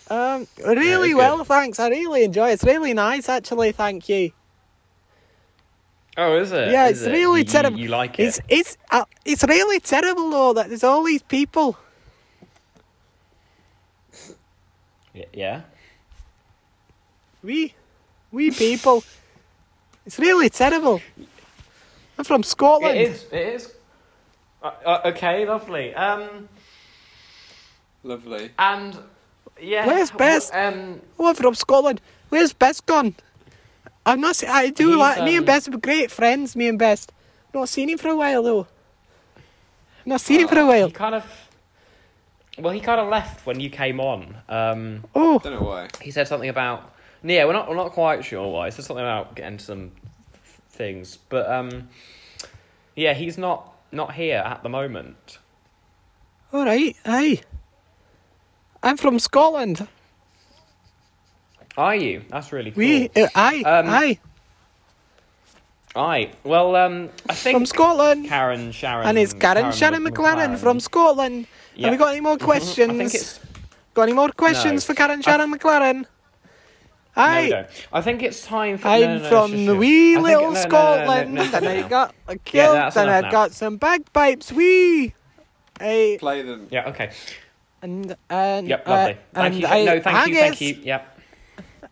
[SPEAKER 1] Um, really
[SPEAKER 3] it's
[SPEAKER 1] well,
[SPEAKER 3] good.
[SPEAKER 1] thanks. I really enjoy it. It's really nice, actually. Thank you.
[SPEAKER 3] Oh, is it?
[SPEAKER 1] yeah,
[SPEAKER 3] Is
[SPEAKER 1] it's
[SPEAKER 3] it?
[SPEAKER 1] really
[SPEAKER 3] You- you-
[SPEAKER 1] terrible.
[SPEAKER 3] You, like it?
[SPEAKER 1] It's it's uh, it's really terrible though that there's all these people.
[SPEAKER 3] Y- yeah.
[SPEAKER 1] We, we people. it's really terrible. I'm from Scotland.
[SPEAKER 3] It is. It is. Uh, uh, okay, lovely. Um,
[SPEAKER 2] Lovely.
[SPEAKER 3] and yeah.
[SPEAKER 1] Where's
[SPEAKER 3] wh-
[SPEAKER 1] Bess?
[SPEAKER 3] Um,
[SPEAKER 1] Oh, I'm from Scotland. Where's Bess gone? I'm not. se- I do
[SPEAKER 3] He's,
[SPEAKER 1] like me and
[SPEAKER 3] um,
[SPEAKER 1] Bess were great friends. Me and Bess. Not seen him for a while though. Not seen him for a
[SPEAKER 3] he
[SPEAKER 1] while.
[SPEAKER 3] kind of. Well, he kind of left when you came on. Um,
[SPEAKER 1] Oh,
[SPEAKER 2] Don't know why.
[SPEAKER 3] he said something about yeah we're not we're not quite sure why he said something about getting some f- things but um yeah he's not not here at the moment
[SPEAKER 1] all right. Aye. I'm from Scotland.
[SPEAKER 3] are you that's really cool
[SPEAKER 1] We. Uh, aye.
[SPEAKER 3] Um,
[SPEAKER 1] aye.
[SPEAKER 3] aye well um i think
[SPEAKER 1] From Scotland.
[SPEAKER 3] karen sharon
[SPEAKER 1] and it's Karen Sharon
[SPEAKER 3] Mc-
[SPEAKER 1] McLaren from Scotland.
[SPEAKER 3] Yeah.
[SPEAKER 1] Have
[SPEAKER 3] Mm-hmm.
[SPEAKER 1] we got any more questions?
[SPEAKER 3] I think it's
[SPEAKER 1] Got any more questions for
[SPEAKER 3] No.
[SPEAKER 1] Karen Sharon McLaren?
[SPEAKER 3] no, we
[SPEAKER 1] Aye.
[SPEAKER 3] don't. I think it's time for.
[SPEAKER 1] I'm
[SPEAKER 3] no, no, no,
[SPEAKER 1] from
[SPEAKER 3] shush, shush.
[SPEAKER 1] the wee
[SPEAKER 3] I think-
[SPEAKER 1] little
[SPEAKER 3] no, no, no, no,
[SPEAKER 1] Scotland,
[SPEAKER 3] no, no,
[SPEAKER 1] and
[SPEAKER 3] no,
[SPEAKER 1] I
[SPEAKER 3] no.
[SPEAKER 1] got a kilt,
[SPEAKER 3] that's
[SPEAKER 1] and I
[SPEAKER 3] enough now.
[SPEAKER 1] got some bagpipes, wee. Aye,
[SPEAKER 2] Play them.
[SPEAKER 3] Yeah. Okay.
[SPEAKER 1] and and
[SPEAKER 3] Yep.
[SPEAKER 1] uh,
[SPEAKER 3] Lovely. thank
[SPEAKER 1] and
[SPEAKER 3] you.
[SPEAKER 1] I,
[SPEAKER 3] no. Thank you. Thank
[SPEAKER 1] haggis.
[SPEAKER 3] you. Yep.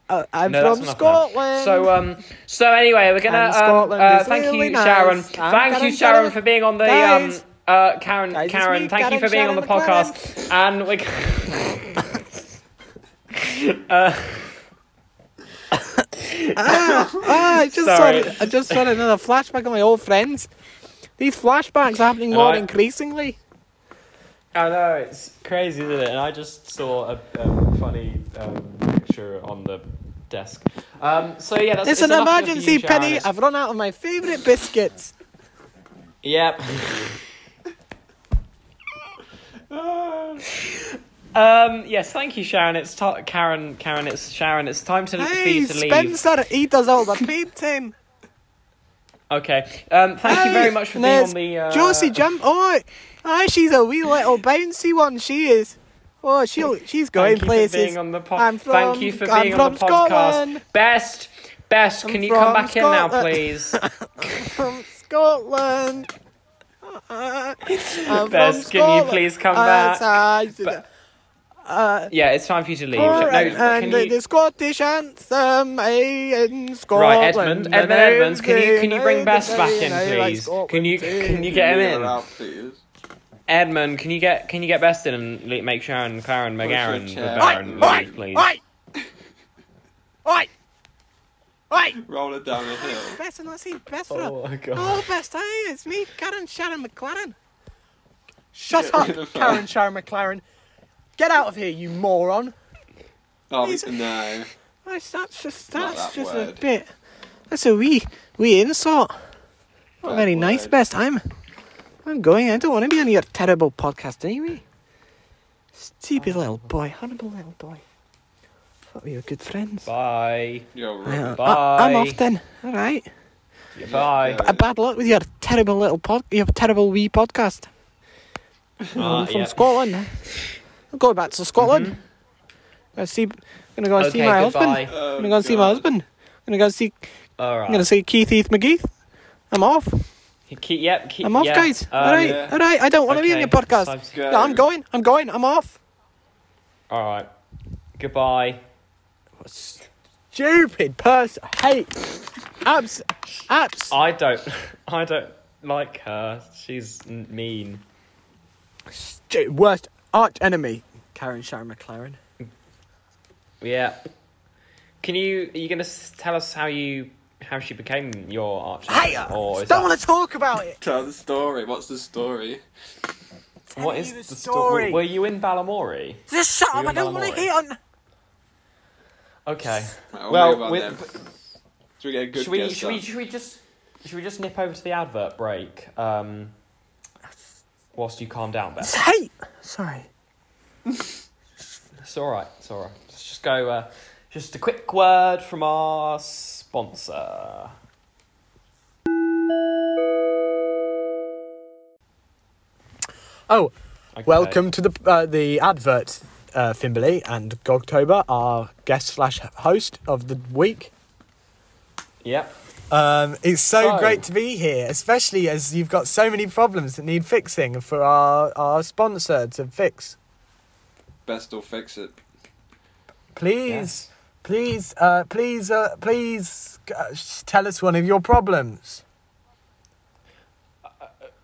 [SPEAKER 1] Uh, I'm
[SPEAKER 3] No,
[SPEAKER 1] from
[SPEAKER 3] that's enough now.
[SPEAKER 1] Scotland.
[SPEAKER 3] So um, so anyway, we're gonna
[SPEAKER 1] And
[SPEAKER 3] um,
[SPEAKER 1] Scotland
[SPEAKER 3] uh,
[SPEAKER 1] is
[SPEAKER 3] thank
[SPEAKER 1] really
[SPEAKER 3] you,
[SPEAKER 1] nice.
[SPEAKER 3] Sharon.
[SPEAKER 1] And
[SPEAKER 3] Thank you,
[SPEAKER 1] Karen
[SPEAKER 3] Sharon,
[SPEAKER 1] Sharon-
[SPEAKER 3] for being on the
[SPEAKER 1] Guys.
[SPEAKER 3] um, uh, Karen,
[SPEAKER 1] Guys, it's
[SPEAKER 3] Karen.
[SPEAKER 1] me,
[SPEAKER 3] thank you
[SPEAKER 1] Karen
[SPEAKER 3] for being on
[SPEAKER 1] Sharon
[SPEAKER 3] the podcast. And we.
[SPEAKER 1] ah, I just
[SPEAKER 3] Sorry.
[SPEAKER 1] saw I just saw another flashback of my old friends. These flashbacks are happening more
[SPEAKER 3] I-
[SPEAKER 1] increasingly.
[SPEAKER 3] I know it's crazy, isn't it? And I just saw a, a funny um, picture on the desk. Um, so yeah, that's
[SPEAKER 1] It's, an
[SPEAKER 3] enough of you,
[SPEAKER 1] emergency,
[SPEAKER 3] Sharon.
[SPEAKER 1] Penny.
[SPEAKER 3] It's-
[SPEAKER 1] I've run out of my favourite biscuits.
[SPEAKER 3] Yep. um, yes, thank you, Sharon. It's ti Karen. Karen, it's Sharon. It's time to for
[SPEAKER 1] Hey,
[SPEAKER 3] you to leave.
[SPEAKER 1] Spencer, he does all the painting.
[SPEAKER 3] Okay. Um, thank you very
[SPEAKER 1] Hey,
[SPEAKER 3] much for
[SPEAKER 1] and
[SPEAKER 3] being
[SPEAKER 1] there's
[SPEAKER 3] on the. Uh,
[SPEAKER 1] Josie Jump. Oh, aye, she's a wee little bouncy one. She is. Oh, she she's going
[SPEAKER 3] Thank you
[SPEAKER 1] places.
[SPEAKER 3] for being on the
[SPEAKER 1] I'm
[SPEAKER 3] podcast.
[SPEAKER 1] from-
[SPEAKER 3] Thank you for
[SPEAKER 1] I'm
[SPEAKER 3] being on the
[SPEAKER 1] from
[SPEAKER 3] podcast.
[SPEAKER 1] Scotland.
[SPEAKER 3] Best, best.
[SPEAKER 1] I'm
[SPEAKER 3] can you come
[SPEAKER 1] from
[SPEAKER 3] back in now,
[SPEAKER 1] Scotland.
[SPEAKER 3] please?
[SPEAKER 1] From Scotland. I'm from
[SPEAKER 3] Bess, can you
[SPEAKER 1] Scotland.
[SPEAKER 3] please come
[SPEAKER 1] Uh,
[SPEAKER 3] back?
[SPEAKER 1] so-
[SPEAKER 3] yeah, it's time for you to leave.
[SPEAKER 1] Alright,
[SPEAKER 3] no,
[SPEAKER 1] Uh, and
[SPEAKER 3] can you...
[SPEAKER 1] the Scottish anthem eh, in Scotland.
[SPEAKER 3] Right, Edmund, Edmund Edmonds, can you can you bring
[SPEAKER 1] eh,
[SPEAKER 3] Bess
[SPEAKER 1] eh,
[SPEAKER 3] back
[SPEAKER 1] eh,
[SPEAKER 3] in,
[SPEAKER 1] eh, like
[SPEAKER 3] please? Can you
[SPEAKER 1] Scotland, eh.
[SPEAKER 3] can you get
[SPEAKER 2] Leave
[SPEAKER 3] him
[SPEAKER 2] her
[SPEAKER 3] in?
[SPEAKER 2] out, please.
[SPEAKER 3] Edmund, can you get can you get Best in and le- make Sharon, Karen, McGarren,
[SPEAKER 2] Where's your chair?
[SPEAKER 3] McGarren
[SPEAKER 2] Oi,
[SPEAKER 3] leave, please?
[SPEAKER 1] Oi! Oi! Oi!
[SPEAKER 2] Roll it down a hill.
[SPEAKER 1] Best and let's see best for
[SPEAKER 3] Oh my god.
[SPEAKER 1] Oh, best hey, it's me, Karen Sharon McLaren. Shut up,
[SPEAKER 2] rid of her.
[SPEAKER 1] Karen Sharon McLaren. Get out of here, you moron.
[SPEAKER 2] Oh
[SPEAKER 1] Please.
[SPEAKER 2] no.
[SPEAKER 1] That's, that's just
[SPEAKER 2] Not
[SPEAKER 1] that's
[SPEAKER 2] that
[SPEAKER 1] just
[SPEAKER 2] word.
[SPEAKER 1] a bit. That's a wee wee insult. Not
[SPEAKER 2] Bad
[SPEAKER 1] very nice,
[SPEAKER 2] word.
[SPEAKER 1] best. I'm I'm going. I don't want to be on your terrible podcast anyway. Stupid little boy, horrible little boy. Thought we were good friends.
[SPEAKER 3] Bye.
[SPEAKER 2] You're right.
[SPEAKER 1] Yeah, I- I'm
[SPEAKER 3] Bye.
[SPEAKER 1] off then. All right.
[SPEAKER 3] Bye.
[SPEAKER 2] Yeah.
[SPEAKER 1] A bad luck with your terrible little pod, your terrible wee podcast.
[SPEAKER 3] Uh,
[SPEAKER 1] I'm from
[SPEAKER 3] yeah.
[SPEAKER 1] Scotland. I'm going back to Scotland. I see. I'm gonna go and see my
[SPEAKER 3] Mm-hmm. Okay, goodbye.
[SPEAKER 1] husband.
[SPEAKER 2] Oh,
[SPEAKER 1] I'm gonna go and see my
[SPEAKER 2] God.
[SPEAKER 1] husband. I'm gonna go and see.
[SPEAKER 3] All
[SPEAKER 1] I'm gonna
[SPEAKER 3] right.
[SPEAKER 1] see Keith Heath McGeith. I'm off.
[SPEAKER 3] Keep, yep, keep,
[SPEAKER 5] I'm off,
[SPEAKER 3] yeah.
[SPEAKER 5] guys.
[SPEAKER 3] Um,
[SPEAKER 5] all right,
[SPEAKER 2] yeah.
[SPEAKER 5] all right. I don't want to be on
[SPEAKER 3] okay,
[SPEAKER 5] your podcast.
[SPEAKER 3] time to
[SPEAKER 2] Go.
[SPEAKER 5] No, I'm going. I'm going. I'm off.
[SPEAKER 3] All right. Goodbye.
[SPEAKER 1] Stupid person. Hate. Abs. Abs.
[SPEAKER 3] I don't. I don't like her. She's n- mean.
[SPEAKER 1] Stu- worst
[SPEAKER 5] Arch enemy, Karen Sharon McLaren.
[SPEAKER 3] Yeah. Can you? Are you gonna s- tell us how you how she became your archer?
[SPEAKER 5] Hey, uh,
[SPEAKER 3] Or Oh, is
[SPEAKER 5] don't
[SPEAKER 3] that-
[SPEAKER 5] want to talk about it.
[SPEAKER 2] Tell the story. What's the story?
[SPEAKER 5] tell
[SPEAKER 3] What is
[SPEAKER 5] you the
[SPEAKER 3] the story?
[SPEAKER 5] story.
[SPEAKER 3] Were you in Balamori?
[SPEAKER 5] Just shut
[SPEAKER 3] You're
[SPEAKER 5] up. I don't want to
[SPEAKER 3] Malloy.
[SPEAKER 5] hit on.
[SPEAKER 3] Okay.
[SPEAKER 2] Right, I'll
[SPEAKER 3] Well,
[SPEAKER 2] move on
[SPEAKER 3] with-
[SPEAKER 2] then. should we get a good
[SPEAKER 3] Should we?
[SPEAKER 2] guess
[SPEAKER 3] Should we?
[SPEAKER 2] on?
[SPEAKER 3] Should we just? Should we just nip over to the advert break? Um. Whilst you calm down, Beth.
[SPEAKER 5] It's hate. Sorry.
[SPEAKER 3] It's all right. It's all right. Let's just go. Uh, just a quick word from our sponsor.
[SPEAKER 1] Oh,
[SPEAKER 3] Okay.
[SPEAKER 1] welcome to the uh, the advert, uh, Fimberley and Gogtober, our guest slash host of the week.
[SPEAKER 3] Yep.
[SPEAKER 1] Um, it's so,
[SPEAKER 3] So-
[SPEAKER 1] great to be here, especially as you've got so many problems that need fixing for our, our sponsor to fix.
[SPEAKER 2] Best or fix it.
[SPEAKER 1] Please,
[SPEAKER 3] Yes.
[SPEAKER 1] please, uh, please, uh, please uh, s- tell us one of your problems.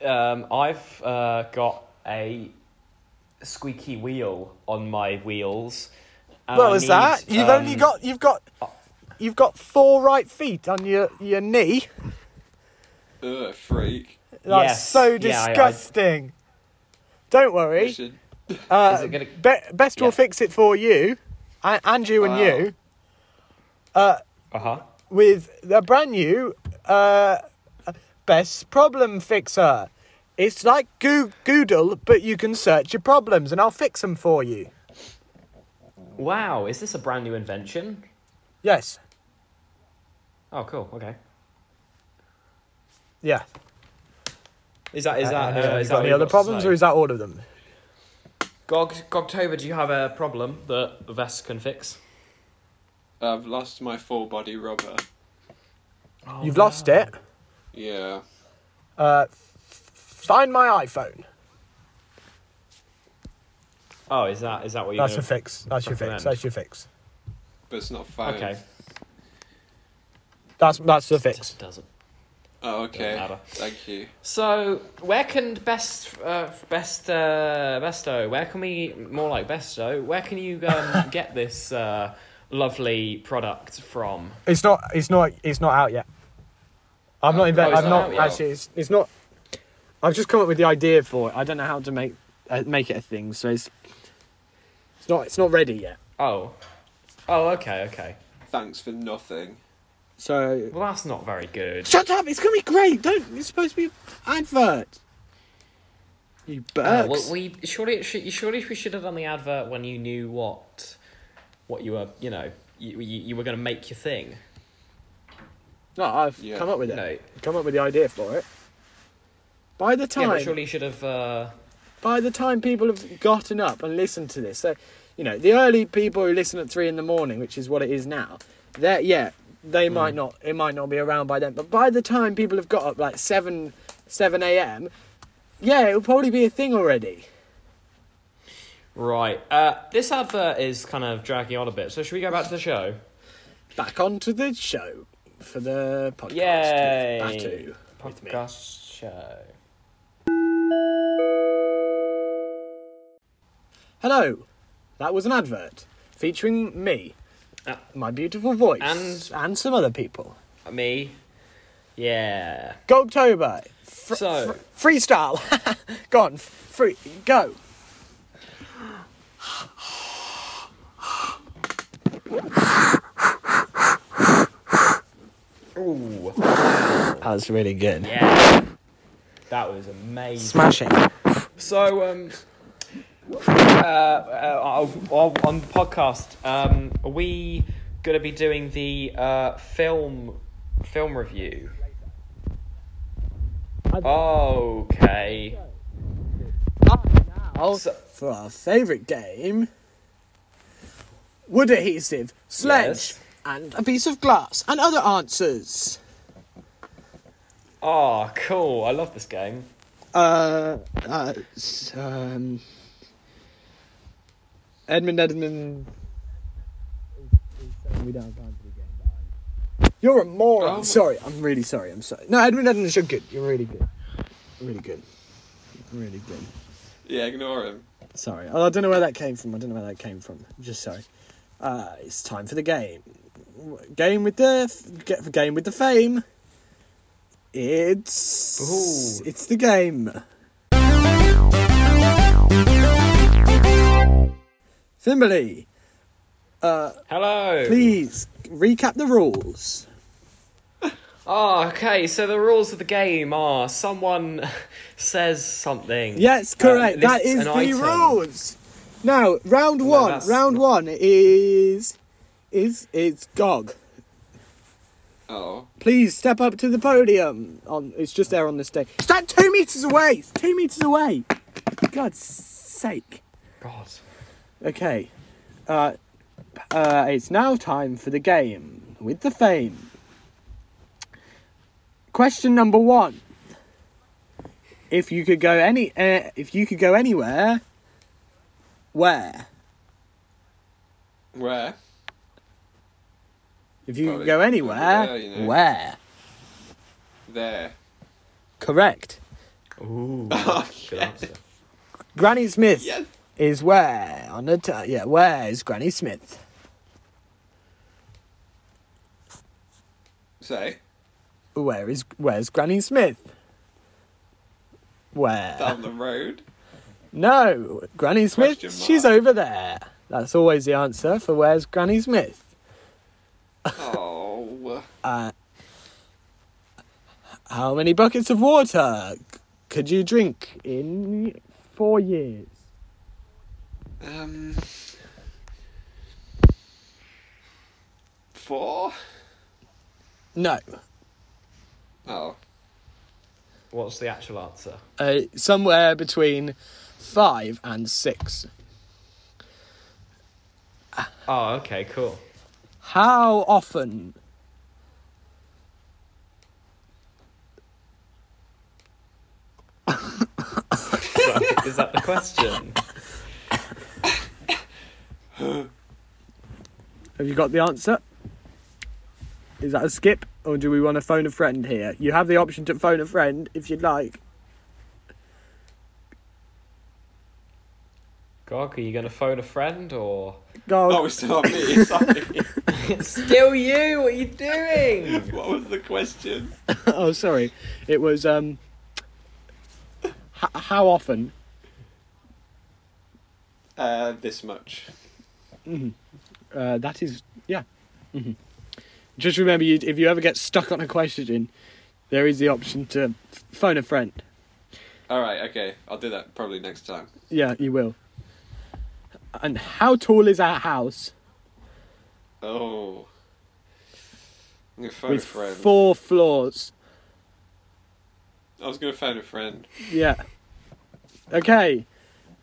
[SPEAKER 3] Um, I've uh, got a squeaky wheel on my wheels. and
[SPEAKER 1] what
[SPEAKER 3] I
[SPEAKER 1] was that?
[SPEAKER 3] need,
[SPEAKER 1] You've only
[SPEAKER 3] um,
[SPEAKER 1] got you've got you've got four right feet on your your knee.
[SPEAKER 2] Ugh, freak.
[SPEAKER 1] That's
[SPEAKER 3] Yes.
[SPEAKER 1] so
[SPEAKER 3] Yeah, I- I-
[SPEAKER 1] disgusting. Don't
[SPEAKER 2] We
[SPEAKER 1] worry.
[SPEAKER 2] should-
[SPEAKER 1] Uh,
[SPEAKER 3] Is it gonna-
[SPEAKER 1] Be- best will
[SPEAKER 3] Yeah.
[SPEAKER 1] fix it for you, and, and you and
[SPEAKER 2] Wow.
[SPEAKER 1] you.
[SPEAKER 3] Uh huh.
[SPEAKER 1] with a brand new uh, best problem fixer. It's like Goo- Google, but you can search your problems and I'll fix them for you.
[SPEAKER 3] Wow, is this a brand new invention?
[SPEAKER 1] Yes.
[SPEAKER 3] Oh, cool. Okay.
[SPEAKER 1] Yeah.
[SPEAKER 3] Is that is that
[SPEAKER 1] Uh,
[SPEAKER 3] uh,
[SPEAKER 1] you
[SPEAKER 3] is
[SPEAKER 1] got
[SPEAKER 3] that
[SPEAKER 1] any other problems, or is that all of them?
[SPEAKER 3] Gog Gogtober? Do you have a problem that Vess can fix?
[SPEAKER 2] I've lost my full body rubber.
[SPEAKER 1] You've
[SPEAKER 3] Oh,
[SPEAKER 1] lost it.
[SPEAKER 2] Yeah.
[SPEAKER 1] Uh, f- find my iPhone.
[SPEAKER 3] Oh, is that is that what you're?
[SPEAKER 1] That's
[SPEAKER 3] gonna...
[SPEAKER 1] your fix. That's your fix.
[SPEAKER 3] recommend.
[SPEAKER 1] That's your fix.
[SPEAKER 2] But it's not phone.
[SPEAKER 3] Okay.
[SPEAKER 1] That's that's the fix.
[SPEAKER 3] Just doesn't.
[SPEAKER 2] Oh, okay.
[SPEAKER 3] Doesn't matter.
[SPEAKER 2] Thank you.
[SPEAKER 3] So, where can best, uh, best, uh, besto? Where can we more like besto? Where can you um, get this uh, lovely product from?
[SPEAKER 1] It's not. It's not. It's not out yet. I'm not.
[SPEAKER 2] oh,
[SPEAKER 1] Inve-
[SPEAKER 2] it's
[SPEAKER 1] I'm
[SPEAKER 2] not
[SPEAKER 1] not.
[SPEAKER 2] out yet.
[SPEAKER 1] Actually, it's, it's not. I've just come up with the idea for it.
[SPEAKER 5] I don't know how to make uh, make it a thing. So it's
[SPEAKER 1] It's not. It's not ready yet.
[SPEAKER 3] Oh, oh, okay, okay.
[SPEAKER 2] Thanks for nothing.
[SPEAKER 5] so.
[SPEAKER 3] Well, that's not very good.
[SPEAKER 5] Shut up! It's gonna be great. Don't. It's supposed to be an advert. You
[SPEAKER 3] Oh,
[SPEAKER 5] burks.
[SPEAKER 3] well, we surely, it should, surely we should have done the advert when you knew what, what you were, you know, you you, you were going to make your thing.
[SPEAKER 1] No, I've
[SPEAKER 2] Yeah.
[SPEAKER 1] come up with
[SPEAKER 3] You
[SPEAKER 1] it.
[SPEAKER 3] know,
[SPEAKER 1] come up with the idea for it. By the
[SPEAKER 3] yeah,
[SPEAKER 1] time,
[SPEAKER 3] but surely you should have. Uh,
[SPEAKER 1] by the time people have gotten up and listened to this, so you know the early people who listen at three in the morning, which is what it is now. There, yeah, they
[SPEAKER 3] Mm.
[SPEAKER 1] might not. It might not be around by then, but by the time people have got up like seven, seven a.m., yeah, it'll probably be a thing already.
[SPEAKER 3] right. Uh, this advert is kind of dragging on a bit. So should we go back to the show?
[SPEAKER 1] Back onto the show for the podcast. with
[SPEAKER 3] Yay.
[SPEAKER 1] Batu. With me.
[SPEAKER 3] Podcast show.
[SPEAKER 1] Hello, that was an advert featuring me,
[SPEAKER 3] Uh,
[SPEAKER 1] my beautiful voice,
[SPEAKER 3] and-
[SPEAKER 1] and some other people.
[SPEAKER 3] Uh, Me. Yeah.
[SPEAKER 1] Gogtober. Fr-
[SPEAKER 3] So-
[SPEAKER 1] fr- freestyle. go on. Free. Go.
[SPEAKER 3] Ooh.
[SPEAKER 1] That's really good.
[SPEAKER 3] Yeah. That was amazing.
[SPEAKER 5] Smashing.
[SPEAKER 3] So um. Uh, uh, on on the podcast, um, are we gonna be doing the uh, film film review? Okay.
[SPEAKER 1] Now,
[SPEAKER 3] So-
[SPEAKER 1] for our favourite game wood adhesive, sledge,
[SPEAKER 3] Yes.
[SPEAKER 1] and a piece of glass, and other answers.
[SPEAKER 3] Oh, cool. I love this game.
[SPEAKER 1] Uh, uh, s- um, Edmund Edmund. We don't have time for the game. but I- You're a moron.
[SPEAKER 2] Oh.
[SPEAKER 1] Sorry, I'm really sorry. I'm sorry. No, Edmund Edmund, you're good. You're really good. Really good. Really good.
[SPEAKER 2] Yeah, ignore him.
[SPEAKER 1] Sorry. Oh, I don't know where that came from. I don't know where that came from. I'm just sorry. Uh, it's time for the game. Game with the f- ge- game with the fame. It's
[SPEAKER 3] Ooh.
[SPEAKER 1] it's the game. Thimberly,
[SPEAKER 3] Hello.
[SPEAKER 1] please recap the rules.
[SPEAKER 3] Oh, okay. So the rules of the game are someone says something.
[SPEAKER 1] Yes,
[SPEAKER 3] uh,
[SPEAKER 1] correct. that
[SPEAKER 3] lists
[SPEAKER 1] is the
[SPEAKER 3] an item.
[SPEAKER 1] rules. Now, round one.
[SPEAKER 2] that's-
[SPEAKER 1] round one is is is Gog.
[SPEAKER 2] Oh.
[SPEAKER 1] Please step up to the podium. On it's just there on the stage. Stand two meters away. It's two meters away. God's sake.
[SPEAKER 3] God.
[SPEAKER 1] Okay. Uh, uh, it's now time for the game with the fame. Question number one: If you could go any, uh, if you could go anywhere, where?
[SPEAKER 2] Where?
[SPEAKER 1] If you
[SPEAKER 2] Probably
[SPEAKER 1] could go anywhere,
[SPEAKER 2] anywhere, you know.
[SPEAKER 1] where?
[SPEAKER 2] There. Oh,
[SPEAKER 1] Correct.
[SPEAKER 3] Ooh. Good answer.
[SPEAKER 1] Granny Smith
[SPEAKER 2] Yes.
[SPEAKER 1] is where on the t- yeah. Where is Granny Smith?
[SPEAKER 2] Say.
[SPEAKER 1] Where is where's Granny Smith? Where?
[SPEAKER 2] Down the road.
[SPEAKER 1] No, Granny Smith.
[SPEAKER 2] Question mark.
[SPEAKER 1] She's over there. That's always the answer for where's Granny Smith.
[SPEAKER 2] Oh.
[SPEAKER 1] Uh, how many buckets of water c- could you drink in four years?
[SPEAKER 2] Um. Four?
[SPEAKER 1] No,
[SPEAKER 2] Oh.
[SPEAKER 3] What's the actual answer?
[SPEAKER 1] uh, somewhere between five and six.
[SPEAKER 3] Oh, okay, cool.
[SPEAKER 1] How often?
[SPEAKER 3] Is that the question?
[SPEAKER 1] Have you got the answer? Is that a skip, or do we want to phone a friend here? You have the option to phone a friend if you'd like.
[SPEAKER 3] Gog, are you going to phone a friend or?
[SPEAKER 1] Go.
[SPEAKER 2] Oh, it's not me. Sorry.
[SPEAKER 3] It's still you. What are you doing?
[SPEAKER 2] what was the question?
[SPEAKER 1] Oh, sorry. It was um. H- how often?
[SPEAKER 2] Uh, this much.
[SPEAKER 1] Uh, that is, yeah. hmm Just remember, you, if you ever get stuck on a question, there is the option to f- phone a friend.
[SPEAKER 2] Alright, okay. I'll do that probably next time.
[SPEAKER 1] Yeah, you will. And how tall is our house?
[SPEAKER 2] Oh. I'm gonna phone
[SPEAKER 1] With
[SPEAKER 2] a friend.
[SPEAKER 1] four floors.
[SPEAKER 2] I was gonna phone a friend.
[SPEAKER 1] Yeah. Okay,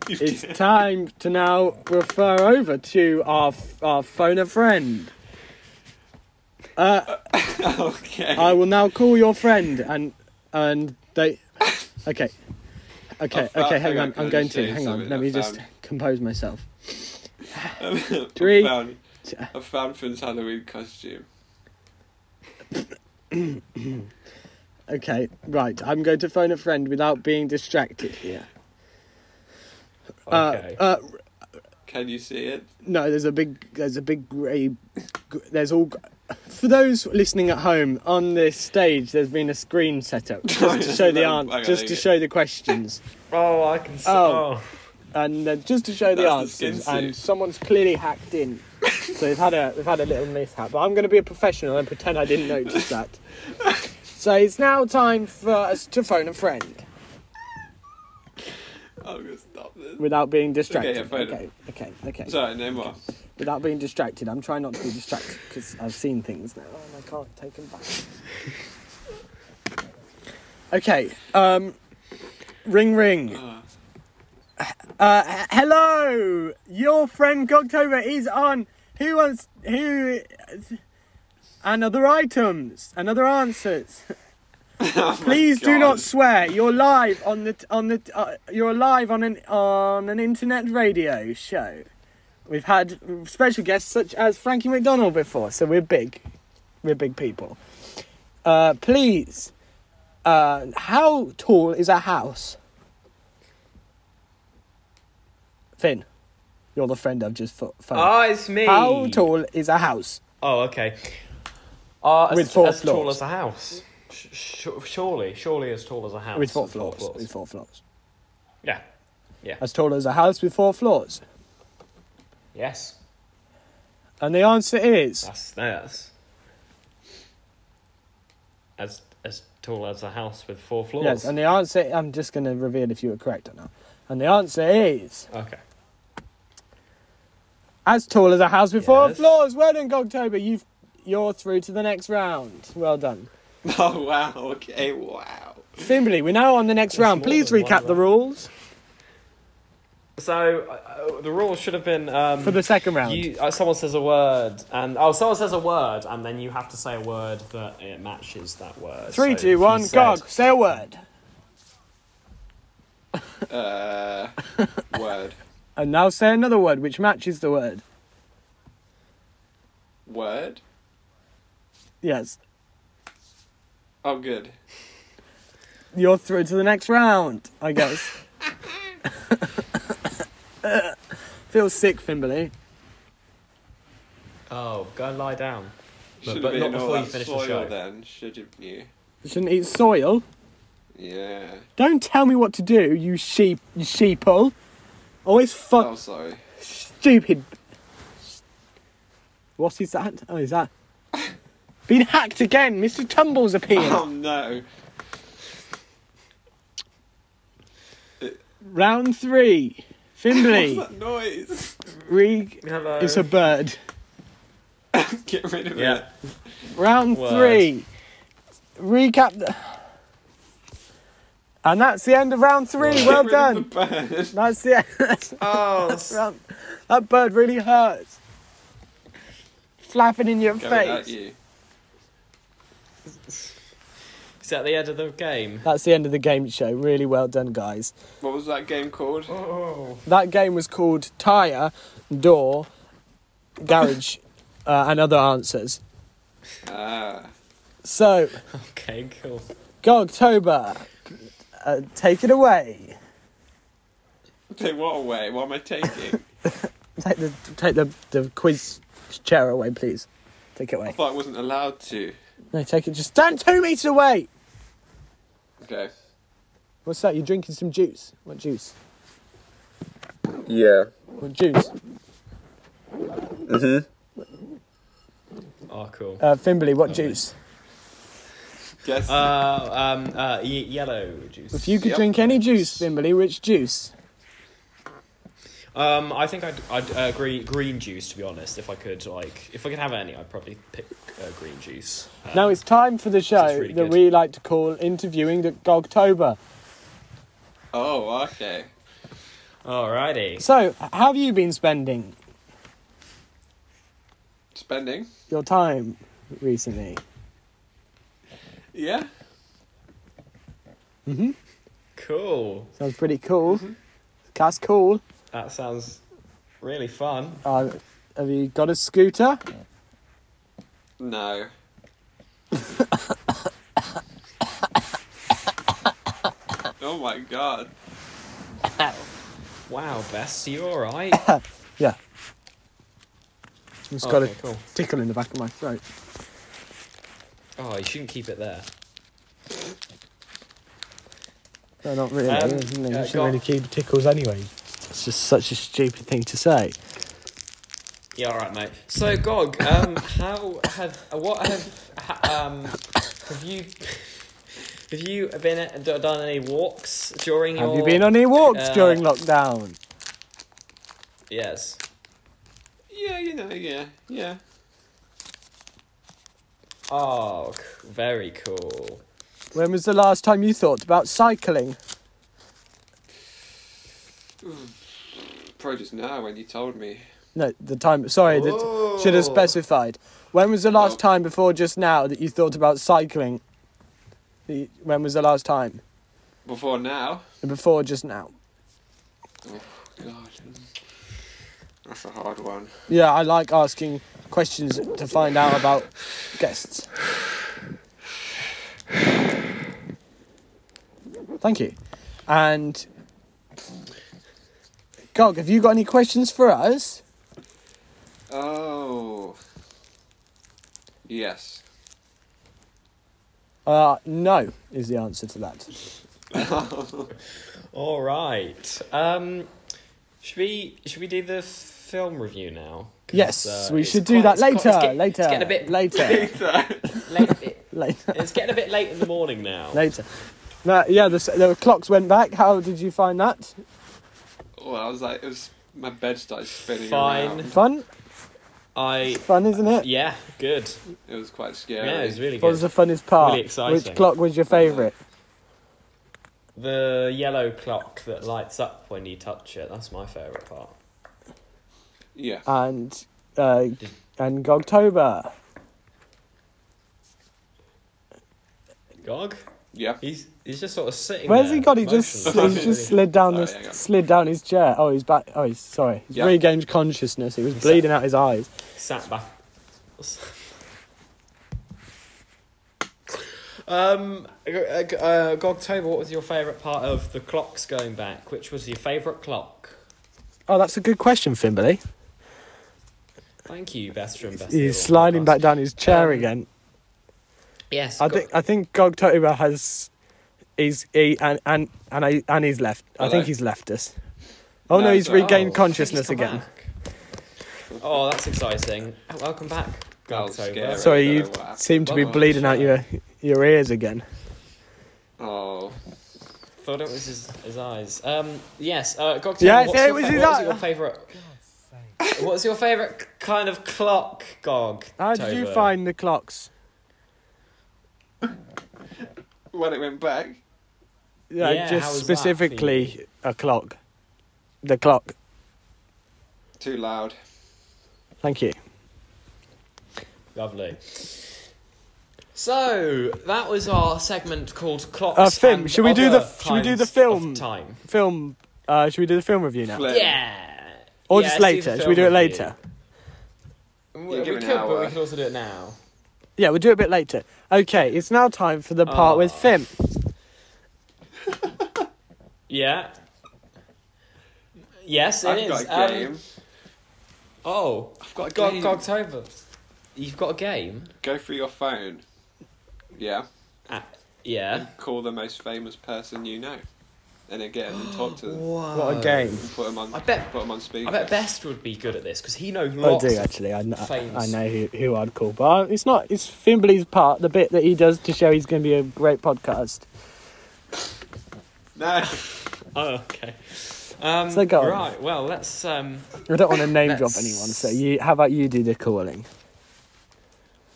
[SPEAKER 1] it's time to now refer over to our f- our phone a friend.
[SPEAKER 2] okay.
[SPEAKER 1] I will now call your friend and and they. Okay, okay,
[SPEAKER 2] I found-
[SPEAKER 1] okay. Hang
[SPEAKER 2] hang on,
[SPEAKER 1] on,
[SPEAKER 2] can
[SPEAKER 1] I'm
[SPEAKER 2] I
[SPEAKER 1] going
[SPEAKER 2] just
[SPEAKER 1] to.
[SPEAKER 2] say
[SPEAKER 1] Hang on.
[SPEAKER 2] something
[SPEAKER 1] Let
[SPEAKER 2] I
[SPEAKER 1] me just
[SPEAKER 2] found?
[SPEAKER 1] compose myself.
[SPEAKER 2] Three.
[SPEAKER 1] Three.
[SPEAKER 2] I found, I found Finn's Halloween costume.
[SPEAKER 1] Okay, right. I'm going to phone a friend without being distracted here. Uh,
[SPEAKER 3] Okay.
[SPEAKER 1] uh,
[SPEAKER 2] Can you see it?
[SPEAKER 1] no, there's a big, there's a big grey. gr- There's all. For those listening at home, on this stage, there's been a screen set up just to show the
[SPEAKER 2] No, I
[SPEAKER 1] answer,
[SPEAKER 2] gotta
[SPEAKER 1] just to
[SPEAKER 2] get-
[SPEAKER 1] show the questions.
[SPEAKER 3] oh, I can. s-
[SPEAKER 1] Oh.
[SPEAKER 3] oh.
[SPEAKER 1] and uh, just to show the
[SPEAKER 2] That's the
[SPEAKER 1] answers,
[SPEAKER 2] skin suit.
[SPEAKER 1] and someone's clearly hacked in. so they've had a they've had a little mishap. But I'm going to be a professional and pretend I didn't notice that. so it's now time for us to phone a friend
[SPEAKER 2] I'm gonna stop this.
[SPEAKER 1] without being distracted.
[SPEAKER 2] yeah, phone
[SPEAKER 1] okay,
[SPEAKER 2] him.
[SPEAKER 1] okay, okay.
[SPEAKER 2] Sorry, no more.
[SPEAKER 1] Without being distracted, I'm trying not to be distracted because I've seen things now and I can't take them back. okay. Um, ring, ring. Uh, h- hello, your friend Gogtober is on. Who wants who? And other items, and other answers. Please do
[SPEAKER 2] God.
[SPEAKER 1] not swear. You're live on the t- on the t- uh, you're live on an on an internet radio show. We've had special guests such as Frankie McDonald before, so we're big. We're big people. Uh, please, uh, how tall is a house? Finn, you're the friend I've just pho- phoned.
[SPEAKER 3] Ah, it's me.
[SPEAKER 1] how tall is a house?
[SPEAKER 3] Oh, okay. Uh, as,
[SPEAKER 1] With four
[SPEAKER 3] as tall
[SPEAKER 1] floors.
[SPEAKER 3] as a house. Sh- sh- surely, surely as tall as a house.
[SPEAKER 1] With four floors. With four floors.
[SPEAKER 3] Yeah.
[SPEAKER 1] As tall as a house with four floors.
[SPEAKER 3] Yes.
[SPEAKER 1] And the answer is
[SPEAKER 3] That's that's as as tall as a house with four floors.
[SPEAKER 1] Yes, and the answer I'm just going to reveal if you were correct or not. And the answer is
[SPEAKER 3] okay.
[SPEAKER 1] as tall as a house with four
[SPEAKER 3] Yes.
[SPEAKER 1] floors. Well done, Gogtober. You've you're through to the next round. Well done,
[SPEAKER 2] Oh wow. Okay. Wow.
[SPEAKER 1] Fimberly. We're now on the next
[SPEAKER 3] That's
[SPEAKER 1] round.
[SPEAKER 3] more
[SPEAKER 1] Please
[SPEAKER 3] than one
[SPEAKER 1] recap the
[SPEAKER 3] round.
[SPEAKER 1] rules
[SPEAKER 3] So uh, uh, the rules should have been um,
[SPEAKER 1] for the second round.
[SPEAKER 3] You, uh, someone says a word, and oh, someone says a word, and then you have to say a word that it matches that word.
[SPEAKER 1] Three,
[SPEAKER 3] So
[SPEAKER 1] two,
[SPEAKER 3] if you
[SPEAKER 1] one.
[SPEAKER 3] said-
[SPEAKER 1] Gog, say a word.
[SPEAKER 2] Uh, word.
[SPEAKER 1] And now say another word which matches the word.
[SPEAKER 2] Word.
[SPEAKER 1] Yes,
[SPEAKER 2] Oh, good.
[SPEAKER 1] you're through to the next round. I guess. Feels sick, Fimberly.
[SPEAKER 3] Oh, go and lie down. But-
[SPEAKER 2] Should
[SPEAKER 3] but
[SPEAKER 2] have been
[SPEAKER 3] not
[SPEAKER 2] all
[SPEAKER 3] before you
[SPEAKER 2] that
[SPEAKER 3] finish the
[SPEAKER 2] soil
[SPEAKER 3] show.
[SPEAKER 2] then, shouldn't you?
[SPEAKER 1] You shouldn't eat soil.
[SPEAKER 2] Yeah.
[SPEAKER 1] Don't tell me what to do, you sheep, you sheeple. Always fuck
[SPEAKER 2] Oh, sorry.
[SPEAKER 1] stupid. What is that? Oh, is that? Been hacked again. Mr. Tumble's appeared.
[SPEAKER 2] Oh no.
[SPEAKER 1] Round three. Fimbley.
[SPEAKER 2] That noise.
[SPEAKER 1] Re-
[SPEAKER 3] Hello.
[SPEAKER 1] it's a bird.
[SPEAKER 2] Get rid of
[SPEAKER 3] yeah.
[SPEAKER 1] Round
[SPEAKER 3] Word.
[SPEAKER 1] three. Recap. The- and that's the end of round three.
[SPEAKER 2] it.
[SPEAKER 1] Well
[SPEAKER 2] Get rid of
[SPEAKER 1] done.
[SPEAKER 2] the bird.
[SPEAKER 1] That's the end.
[SPEAKER 3] Oh,
[SPEAKER 1] round. That bird really hurts. Flapping in your
[SPEAKER 2] Going at
[SPEAKER 1] face.
[SPEAKER 2] you.
[SPEAKER 3] is that the end of the game?
[SPEAKER 1] That's the end of the game show. Really well done, guys.
[SPEAKER 2] What was that game called?
[SPEAKER 3] Oh.
[SPEAKER 1] That game was called Tire, Door, Garage, uh, and Other Answers.
[SPEAKER 2] Ah.
[SPEAKER 1] So,
[SPEAKER 3] Okay, cool.
[SPEAKER 1] Gogtober, uh, take it away.
[SPEAKER 2] Take what away? What am I taking?
[SPEAKER 1] Take the take the, the quiz chair away, please. Take it
[SPEAKER 2] I
[SPEAKER 1] away.
[SPEAKER 2] thought I wasn't allowed to.
[SPEAKER 1] No, take it. Just stand two meters away.
[SPEAKER 2] Okay.
[SPEAKER 1] What's that? You're drinking some juice. What juice?
[SPEAKER 6] Yeah.
[SPEAKER 1] What juice?
[SPEAKER 3] Oh, cool.
[SPEAKER 1] Uh, Fimberly, what juice?
[SPEAKER 2] Guess.
[SPEAKER 3] Uh, um, uh, y- yellow juice.
[SPEAKER 1] If you could
[SPEAKER 2] Yep.
[SPEAKER 1] drink any juice, Fimberly, which juice?
[SPEAKER 3] Um, I think I'd, I'd uh, agree green juice to be honest. If I could like, if I could have any, I'd probably pick uh, green juice. Um,
[SPEAKER 1] Now it's time for the show
[SPEAKER 3] really
[SPEAKER 1] that
[SPEAKER 3] good.
[SPEAKER 1] we like to call interviewing the Gogtober.
[SPEAKER 2] oh, okay.
[SPEAKER 3] Alrighty.
[SPEAKER 1] So, how have you been spending
[SPEAKER 2] Spending.
[SPEAKER 1] your time recently?
[SPEAKER 2] Yeah.
[SPEAKER 3] Cool.
[SPEAKER 1] Sounds pretty cool.
[SPEAKER 3] Mm-hmm.
[SPEAKER 1] That's cool.
[SPEAKER 3] That sounds really fun.
[SPEAKER 1] Uh, have you got a scooter?
[SPEAKER 2] No. oh my god.
[SPEAKER 3] Wow, Bess, you alright?
[SPEAKER 1] Yeah. Just got
[SPEAKER 3] Okay,
[SPEAKER 1] a
[SPEAKER 3] cool.
[SPEAKER 1] tickle in the back of my throat.
[SPEAKER 3] Oh, you shouldn't keep it there.
[SPEAKER 1] No, not really.
[SPEAKER 3] Um,
[SPEAKER 1] isn't it?
[SPEAKER 3] uh,
[SPEAKER 1] you should
[SPEAKER 3] go on.
[SPEAKER 1] really keep tickles anyway. It's just such a stupid thing to say.
[SPEAKER 3] Yeah, alright, mate. So, Gog, um, how have what have ha- um have you have you been at- d- done any walks during
[SPEAKER 1] Have
[SPEAKER 3] your?
[SPEAKER 1] you been on any walks
[SPEAKER 3] uh,
[SPEAKER 1] during lockdown?
[SPEAKER 3] Yes.
[SPEAKER 2] Yeah, you know, yeah, yeah.
[SPEAKER 3] Oh, c- very cool.
[SPEAKER 1] When was the last time you thought about cycling?
[SPEAKER 2] Probably just now when you told me.
[SPEAKER 1] No, the time. Sorry, that should
[SPEAKER 3] Oh.
[SPEAKER 1] have specified. When was the last
[SPEAKER 2] Oh.
[SPEAKER 1] time before just now that you thought about cycling? Y- When was the last time?
[SPEAKER 2] Before now.
[SPEAKER 1] Before just now.
[SPEAKER 2] God. That's a hard one.
[SPEAKER 1] Yeah, I like asking questions to find out about guests. Thank you. And Gog, have you got any questions for us?
[SPEAKER 2] Oh. Yes.
[SPEAKER 1] Uh, no is the answer to that.
[SPEAKER 3] All right. Um, should we should we do the film review now? 'Cause,
[SPEAKER 1] Yes,
[SPEAKER 3] uh,
[SPEAKER 1] we
[SPEAKER 3] it's
[SPEAKER 1] should do
[SPEAKER 3] quite-
[SPEAKER 1] that
[SPEAKER 3] it's quite-
[SPEAKER 1] later.
[SPEAKER 3] it's get-
[SPEAKER 1] later.
[SPEAKER 3] It's getting a bit
[SPEAKER 1] later.
[SPEAKER 3] late.
[SPEAKER 1] later.
[SPEAKER 3] It's getting a bit late in the morning now.
[SPEAKER 1] Later. No, yeah, the, s- the clocks went back. How did you find that?
[SPEAKER 2] Well, I was like, it was my bed started spinning
[SPEAKER 3] Fine.
[SPEAKER 2] around.
[SPEAKER 1] Fun?
[SPEAKER 3] I
[SPEAKER 1] Fun, isn't it?
[SPEAKER 3] yeah, good.
[SPEAKER 2] It was quite
[SPEAKER 3] Yeah,
[SPEAKER 2] scary.
[SPEAKER 3] it was really
[SPEAKER 1] What was
[SPEAKER 3] good.
[SPEAKER 1] the funnest part?
[SPEAKER 3] Really exciting.
[SPEAKER 1] Which clock was your favourite?
[SPEAKER 3] The yellow clock that lights up when you touch it. That's my favourite part.
[SPEAKER 2] yeah.
[SPEAKER 1] And uh, and Gogtober.
[SPEAKER 3] Gog.
[SPEAKER 2] yeah.
[SPEAKER 3] He's he's just sort of sitting.
[SPEAKER 1] Where's
[SPEAKER 3] there,
[SPEAKER 1] he got? He just
[SPEAKER 3] motionless.
[SPEAKER 1] slid, he just slid down
[SPEAKER 2] Oh,
[SPEAKER 1] this
[SPEAKER 2] yeah, yeah.
[SPEAKER 1] slid down his chair. Oh, he's back. Oh, he's sorry. He's
[SPEAKER 2] Yeah.
[SPEAKER 1] regained consciousness. He was
[SPEAKER 3] sat-
[SPEAKER 1] bleeding out his eyes.
[SPEAKER 3] sat back. um, uh, uh, Gogtober, what was your favourite part of the clocks going back? Which was your favourite clock?
[SPEAKER 1] Oh, that's a good question, Fimberly.
[SPEAKER 3] Thank you, Bester and Bester.
[SPEAKER 1] He's sliding back down his chair
[SPEAKER 3] Um,
[SPEAKER 1] again.
[SPEAKER 3] Yes,
[SPEAKER 1] I
[SPEAKER 3] Go-
[SPEAKER 1] think I think Gogtober has he's he and and and, I, and he's left. I
[SPEAKER 2] Hello.
[SPEAKER 1] think he's left us. Oh no,
[SPEAKER 2] No,
[SPEAKER 1] he's
[SPEAKER 2] so-
[SPEAKER 1] regained
[SPEAKER 2] oh,
[SPEAKER 1] consciousness
[SPEAKER 3] He's come
[SPEAKER 1] again.
[SPEAKER 3] back. Oh, that's exciting. Oh, welcome back,
[SPEAKER 2] That was
[SPEAKER 3] Gogtober.
[SPEAKER 2] scary.
[SPEAKER 1] Sorry,
[SPEAKER 2] I
[SPEAKER 1] you
[SPEAKER 2] don't know what
[SPEAKER 1] seem to be
[SPEAKER 3] happened.
[SPEAKER 1] bleeding out your your ears again.
[SPEAKER 2] Oh.
[SPEAKER 3] Thought it was his, his eyes. Um, yes, uh, Gogtober,
[SPEAKER 1] Yes,
[SPEAKER 3] what's
[SPEAKER 1] it
[SPEAKER 3] your
[SPEAKER 1] was
[SPEAKER 3] fa-
[SPEAKER 1] his
[SPEAKER 3] what was
[SPEAKER 1] eye-
[SPEAKER 3] your favourite... What's your favourite kind of clock, Gog?
[SPEAKER 1] How did you find the clocks?
[SPEAKER 2] When it went back,
[SPEAKER 1] Like
[SPEAKER 3] Yeah, how
[SPEAKER 1] just
[SPEAKER 3] was that for
[SPEAKER 1] specifically a clock. The clock.
[SPEAKER 2] too loud.
[SPEAKER 1] Thank you.
[SPEAKER 3] Lovely. So that was our segment called clocks.
[SPEAKER 1] Uh, Finn,
[SPEAKER 3] and
[SPEAKER 1] should we do the-
[SPEAKER 3] Other
[SPEAKER 1] should we do the
[SPEAKER 3] Kinds of
[SPEAKER 1] film?
[SPEAKER 3] time?
[SPEAKER 1] Film. Uh, should we do the film review now,
[SPEAKER 2] Flip.
[SPEAKER 3] Yeah.
[SPEAKER 1] or
[SPEAKER 3] Yeah,
[SPEAKER 1] just
[SPEAKER 3] let's
[SPEAKER 1] later?
[SPEAKER 3] the
[SPEAKER 1] Should we do it
[SPEAKER 3] film
[SPEAKER 1] later?
[SPEAKER 3] review.
[SPEAKER 2] You
[SPEAKER 3] We,
[SPEAKER 2] give
[SPEAKER 3] we
[SPEAKER 2] it an
[SPEAKER 3] could, but
[SPEAKER 2] hour.
[SPEAKER 3] we could also do it now.
[SPEAKER 1] Yeah, we'll do it a bit later. Okay, it's now time for the part with
[SPEAKER 3] Ah.
[SPEAKER 1] Finn.
[SPEAKER 3] Yeah. Yes, it
[SPEAKER 2] I've
[SPEAKER 3] is.
[SPEAKER 2] got a
[SPEAKER 3] Um,
[SPEAKER 2] game.
[SPEAKER 3] oh,
[SPEAKER 2] I've got a
[SPEAKER 3] Gog
[SPEAKER 2] game.
[SPEAKER 3] Gogtober. You've got a game.
[SPEAKER 2] Go through your phone. Yeah.
[SPEAKER 3] Ah, yeah.
[SPEAKER 2] Call the most famous person you know. And then get them and talk to them.
[SPEAKER 3] Wow.
[SPEAKER 1] What a game!
[SPEAKER 2] Put them on.
[SPEAKER 3] I bet-
[SPEAKER 2] Put them on speaker.
[SPEAKER 3] I bet Best would be good at this because he knows
[SPEAKER 1] I
[SPEAKER 3] lots.
[SPEAKER 1] do
[SPEAKER 3] of-
[SPEAKER 1] Oh, actually. I, kn- I
[SPEAKER 3] famous.
[SPEAKER 1] know who, who I'd call, but I, it's not. It's Fimbley's part, the bit that he does to show he's going to be a great podcast.
[SPEAKER 2] No.
[SPEAKER 3] Oh, okay. Um,
[SPEAKER 1] So go on.
[SPEAKER 3] Right. Well, let's. Um,
[SPEAKER 1] I don't want to name drop
[SPEAKER 3] Let's-
[SPEAKER 1] anyone, so you. How about you do the calling?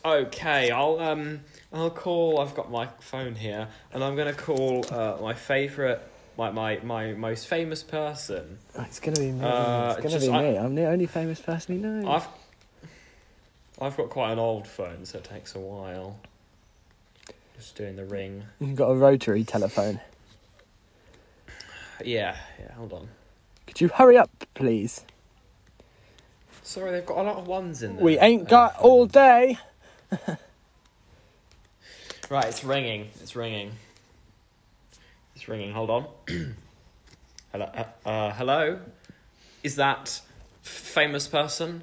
[SPEAKER 3] Okay, I'll um, I'll call. I've got my phone here, and I'm gonna call uh, my favorite, my my my most famous person.
[SPEAKER 1] Oh, it's going to be me. it's
[SPEAKER 3] Uh,
[SPEAKER 1] going to
[SPEAKER 3] just-
[SPEAKER 1] be
[SPEAKER 3] I-
[SPEAKER 1] me. I'm the only famous person he knows.
[SPEAKER 3] I've I've got quite an old phone, so it takes a while. Just doing the ring.
[SPEAKER 1] You've got a rotary telephone.
[SPEAKER 3] Yeah, yeah. Hold on.
[SPEAKER 1] Could you hurry up, please?
[SPEAKER 3] Sorry, they've got a lot of ones in there.
[SPEAKER 1] We ain't got
[SPEAKER 3] Um,
[SPEAKER 1] all day.
[SPEAKER 3] Right, it's ringing. It's ringing. It's ringing. Hold on. hello. Uh, uh, hello. Is that f- famous person?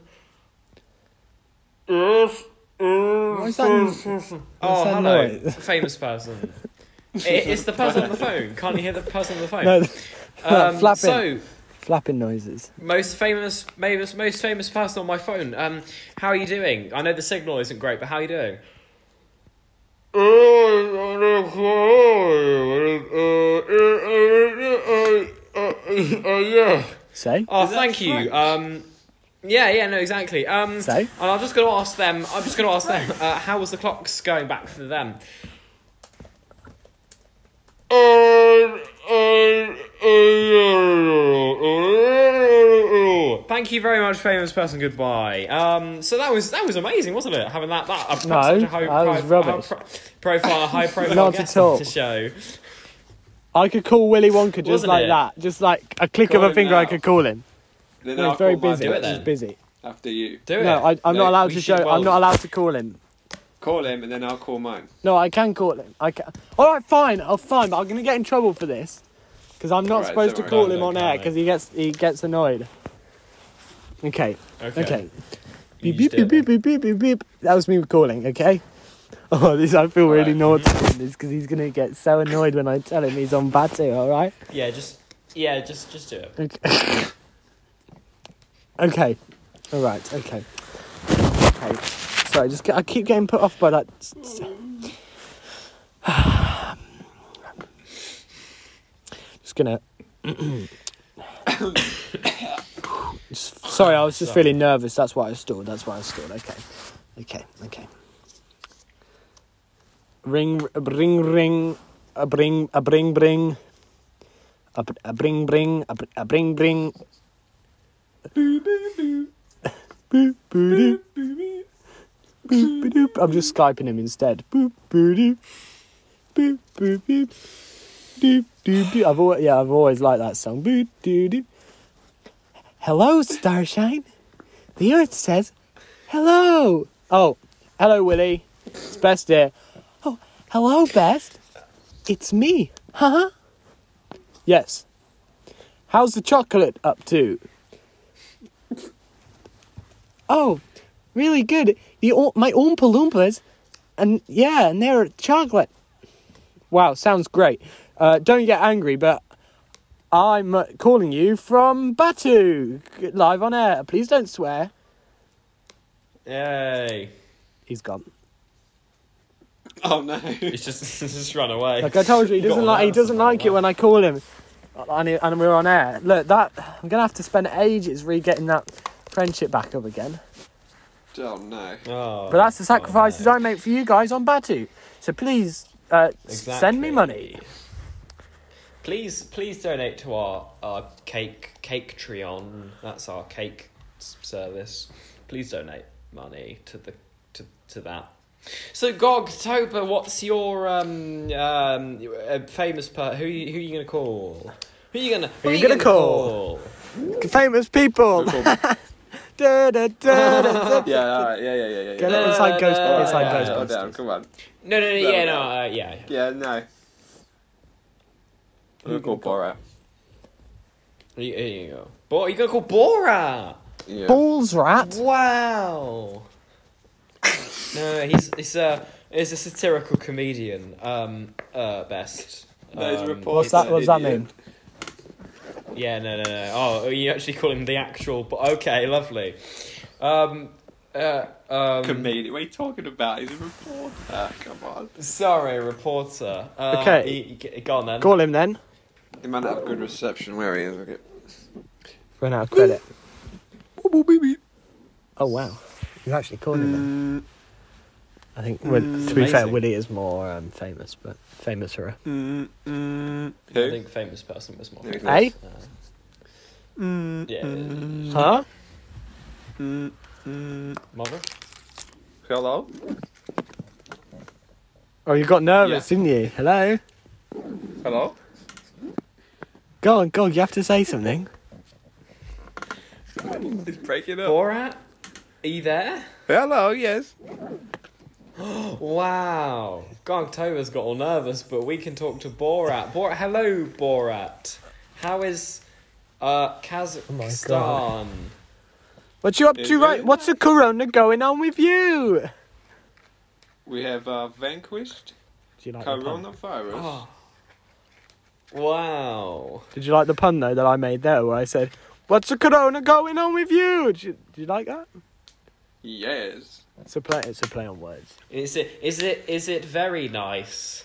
[SPEAKER 3] Yes.
[SPEAKER 1] What's that?
[SPEAKER 3] Oh,
[SPEAKER 1] that
[SPEAKER 3] hello,
[SPEAKER 1] noise?
[SPEAKER 3] famous person. I- it's the person on the phone. Can't you hear the person on the phone?
[SPEAKER 1] No, the-
[SPEAKER 3] um,
[SPEAKER 1] flapping.
[SPEAKER 3] So,
[SPEAKER 1] flapping noises.
[SPEAKER 3] most famous, most most famous person on my phone. Um, how are you doing? I know the signal isn't great, but how are you doing?
[SPEAKER 1] Say.
[SPEAKER 3] Oh, thank you. Um, yeah, yeah, no, exactly. Um,
[SPEAKER 1] So?
[SPEAKER 3] and I'm just going to ask them. I'm just going to ask them. Uh, how was the clocks going back for them? Uh, Thank you very much, famous person. Goodbye. Um, so that was that was amazing, wasn't it? Having that that a,
[SPEAKER 1] No,
[SPEAKER 3] such a high,
[SPEAKER 1] that was
[SPEAKER 3] profi-
[SPEAKER 1] rubbish.
[SPEAKER 3] high pro- profile, high profile
[SPEAKER 1] Not
[SPEAKER 3] guest
[SPEAKER 1] at all.
[SPEAKER 3] on the show.
[SPEAKER 1] I could call Willy Wonka just
[SPEAKER 3] Wasn't
[SPEAKER 1] like
[SPEAKER 3] it?
[SPEAKER 1] that. Just like a click
[SPEAKER 2] Call
[SPEAKER 1] of a
[SPEAKER 2] him
[SPEAKER 1] finger, I
[SPEAKER 2] now.
[SPEAKER 1] could call him.
[SPEAKER 2] Then
[SPEAKER 1] No,
[SPEAKER 2] I'll
[SPEAKER 1] he's very
[SPEAKER 2] call mine
[SPEAKER 1] busy.
[SPEAKER 3] do it
[SPEAKER 1] He's
[SPEAKER 3] then.
[SPEAKER 1] busy.
[SPEAKER 2] After you.
[SPEAKER 3] Do it.
[SPEAKER 1] No, I, I'm
[SPEAKER 2] No,
[SPEAKER 1] not allowed
[SPEAKER 2] we
[SPEAKER 1] to show.
[SPEAKER 2] should-
[SPEAKER 1] I'm
[SPEAKER 2] well-
[SPEAKER 1] not allowed to call him.
[SPEAKER 2] Call him and then I'll call mine.
[SPEAKER 1] No, I can call him. I can. All right, fine. I'll fine. But I'm gonna get in trouble for this because I'm not
[SPEAKER 2] All right,
[SPEAKER 1] supposed to
[SPEAKER 2] don't
[SPEAKER 1] call
[SPEAKER 2] worry.
[SPEAKER 1] him
[SPEAKER 2] Don't
[SPEAKER 1] on
[SPEAKER 3] look,
[SPEAKER 1] air
[SPEAKER 3] don't
[SPEAKER 1] because he gets he gets annoyed. Okay.
[SPEAKER 3] okay.
[SPEAKER 1] Okay.
[SPEAKER 3] You
[SPEAKER 1] Beep, beep,
[SPEAKER 3] just do
[SPEAKER 1] beep,
[SPEAKER 3] it
[SPEAKER 1] beep, beep, beep, beep, beep. That was me calling. Okay. Oh, this I feel really naughty in this because he's gonna get so annoyed when I tell him he's on Batu. All right.
[SPEAKER 3] then. Yeah, just yeah, just just do it.
[SPEAKER 1] Okay. okay. All right. Okay. Okay. Sorry, just get, I keep getting put off by that. s- s- just gonna. Just- sorry, I was just feeling nervous. That's why I stalled. That's why I stalled. Okay. Okay. Okay. Ring, ring, ring, a bring, a bring, bring. A, br- a bring bring a, br- a bring bring. Boop boo doo. Boop boo doop. I'm just skyping him instead. Boop boo doop. Boop boop boop. Doop doop doop. I've always, yeah, I've always liked that song. Boop doo doo. Hello, starshine. The Earth says hello. Oh, hello, Willie. It's Best here. Oh, hello, Best. It's me. Huh? Yes. How's the chocolate up to? Oh, really good. The o- my Oompa Loompas, and yeah, and they're chocolate. Wow, sounds great. Uh, don't get angry, but I'm uh, calling you from Batu, g- live on air. Please don't swear.
[SPEAKER 3] Yay!
[SPEAKER 1] He's gone.
[SPEAKER 2] Oh no.
[SPEAKER 3] It's just it's just run away.
[SPEAKER 1] Like I told you, he doesn't
[SPEAKER 3] Got
[SPEAKER 1] like he
[SPEAKER 3] announced
[SPEAKER 1] doesn't
[SPEAKER 3] about
[SPEAKER 1] like it
[SPEAKER 3] that.
[SPEAKER 1] when I call him, and, he- and we're on air. Look, that I'm gonna have to spend ages re getting that friendship back up again.
[SPEAKER 2] Oh no.
[SPEAKER 3] Oh,
[SPEAKER 1] But that's the
[SPEAKER 3] oh,
[SPEAKER 1] sacrifices
[SPEAKER 3] no.
[SPEAKER 1] I make for you guys on Batu. So please uh, s- send me
[SPEAKER 3] Exactly.
[SPEAKER 1] money.
[SPEAKER 3] Please, please donate to our our cake cake trion. That's our cake s- service. Please donate money to the to to that. So Gog Toba, what's your um um uh, famous per? Who you- who you gonna call? Who you gonna who
[SPEAKER 1] you gonna call? Famous people. Da, da, da, da, da.
[SPEAKER 2] Yeah, alright, yeah, yeah, yeah, yeah.
[SPEAKER 1] Get
[SPEAKER 2] yeah.
[SPEAKER 1] it? It's like Ghost.
[SPEAKER 3] No,
[SPEAKER 1] It's like
[SPEAKER 3] no,
[SPEAKER 2] yeah,
[SPEAKER 3] no,
[SPEAKER 2] oh,
[SPEAKER 1] Ghostbusters.
[SPEAKER 2] damn, come on.
[SPEAKER 3] No, no, no,
[SPEAKER 2] No,
[SPEAKER 3] yeah,
[SPEAKER 2] no.
[SPEAKER 3] no, uh, yeah.
[SPEAKER 2] Yeah, no. We'll call Borat.
[SPEAKER 3] Here you, here you go. Bo- you gonna call Bora?
[SPEAKER 2] Yeah.
[SPEAKER 1] Balls rat.
[SPEAKER 3] Wow. no, he's he's a he's a satirical comedian. Um, uh, best.
[SPEAKER 2] No, he's a
[SPEAKER 3] Um,
[SPEAKER 2] reporter.
[SPEAKER 1] What's that? What's that
[SPEAKER 2] Idiot.
[SPEAKER 1] mean?
[SPEAKER 3] Yeah, no, no, no. Oh, you actually call him the actual? But okay, lovely. Um, uh, um.
[SPEAKER 2] Comedian. What are you talking about? He's a reporter. Come on.
[SPEAKER 3] Sorry, reporter. Uh,
[SPEAKER 1] Okay.
[SPEAKER 3] he- he- go on then.
[SPEAKER 1] Call him then.
[SPEAKER 2] He might not have good reception where he is. Okay.
[SPEAKER 1] Run out of credit.
[SPEAKER 2] Boop, boop, beep, beep.
[SPEAKER 1] Oh wow, you actually called him then. I think. Well,
[SPEAKER 2] Mm,
[SPEAKER 1] to be fair,
[SPEAKER 3] Amazing.
[SPEAKER 1] Willie is more um, famous, but famous for a
[SPEAKER 2] Mm, mm.
[SPEAKER 3] I
[SPEAKER 2] Who?
[SPEAKER 3] think famous person was more.
[SPEAKER 2] There he goes.
[SPEAKER 1] Hey?
[SPEAKER 3] Uh,
[SPEAKER 2] Mm,
[SPEAKER 3] yeah.
[SPEAKER 1] Huh?
[SPEAKER 2] mm, mm.
[SPEAKER 3] Mother.
[SPEAKER 2] Hello?
[SPEAKER 1] Oh, you got nervous, didn't you? Hello.
[SPEAKER 2] Hello?
[SPEAKER 1] Go on, go. on, You have to say something.
[SPEAKER 2] He's breaking up.
[SPEAKER 3] Borat. Are you there?
[SPEAKER 2] Hello, yes.
[SPEAKER 3] Wow. Gogtober's got all nervous, but we can talk to Borat. Borat, hello, Borat. How is
[SPEAKER 1] Oh
[SPEAKER 3] uh, Kazakhstan?
[SPEAKER 1] What you up
[SPEAKER 2] Yeah,
[SPEAKER 1] to right?
[SPEAKER 2] yeah.
[SPEAKER 1] What's the corona going on with you? Do
[SPEAKER 2] We have uh, vanquished
[SPEAKER 1] Oh, you like the pun?
[SPEAKER 2] coronavirus.
[SPEAKER 3] Oh. Wow.
[SPEAKER 1] Did you like the pun though that I made there, where I said, "What's the corona going on with you?" Did you, did you like that?
[SPEAKER 2] Yes.
[SPEAKER 1] It's a play. It's a play on words.
[SPEAKER 3] Is it is it is it very nice?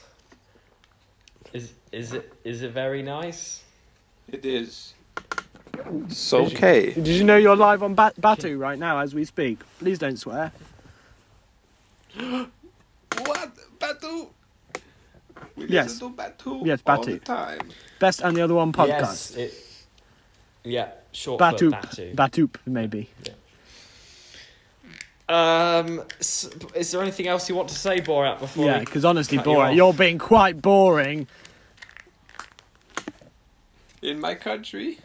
[SPEAKER 3] Is is it is it very nice?
[SPEAKER 2] It is. It's okay.
[SPEAKER 1] Did you know you're live on Bat- Batu right now as we speak? Please don't swear.
[SPEAKER 2] What? Batu? We
[SPEAKER 1] Yes.
[SPEAKER 2] listen to Batu
[SPEAKER 1] Yes,
[SPEAKER 2] all
[SPEAKER 1] Batu.
[SPEAKER 2] the time.
[SPEAKER 1] Best and the other one
[SPEAKER 3] Yes,
[SPEAKER 1] podcast.
[SPEAKER 3] it, yeah, short for Batu.
[SPEAKER 1] Batoop. Batoop, maybe.
[SPEAKER 3] um, s- is there anything else you want to say, Borat? Before
[SPEAKER 1] Yeah,
[SPEAKER 3] we-
[SPEAKER 1] because honestly,
[SPEAKER 3] cut you
[SPEAKER 1] Borat,
[SPEAKER 3] off.
[SPEAKER 1] you're being quite boring.
[SPEAKER 2] In my country,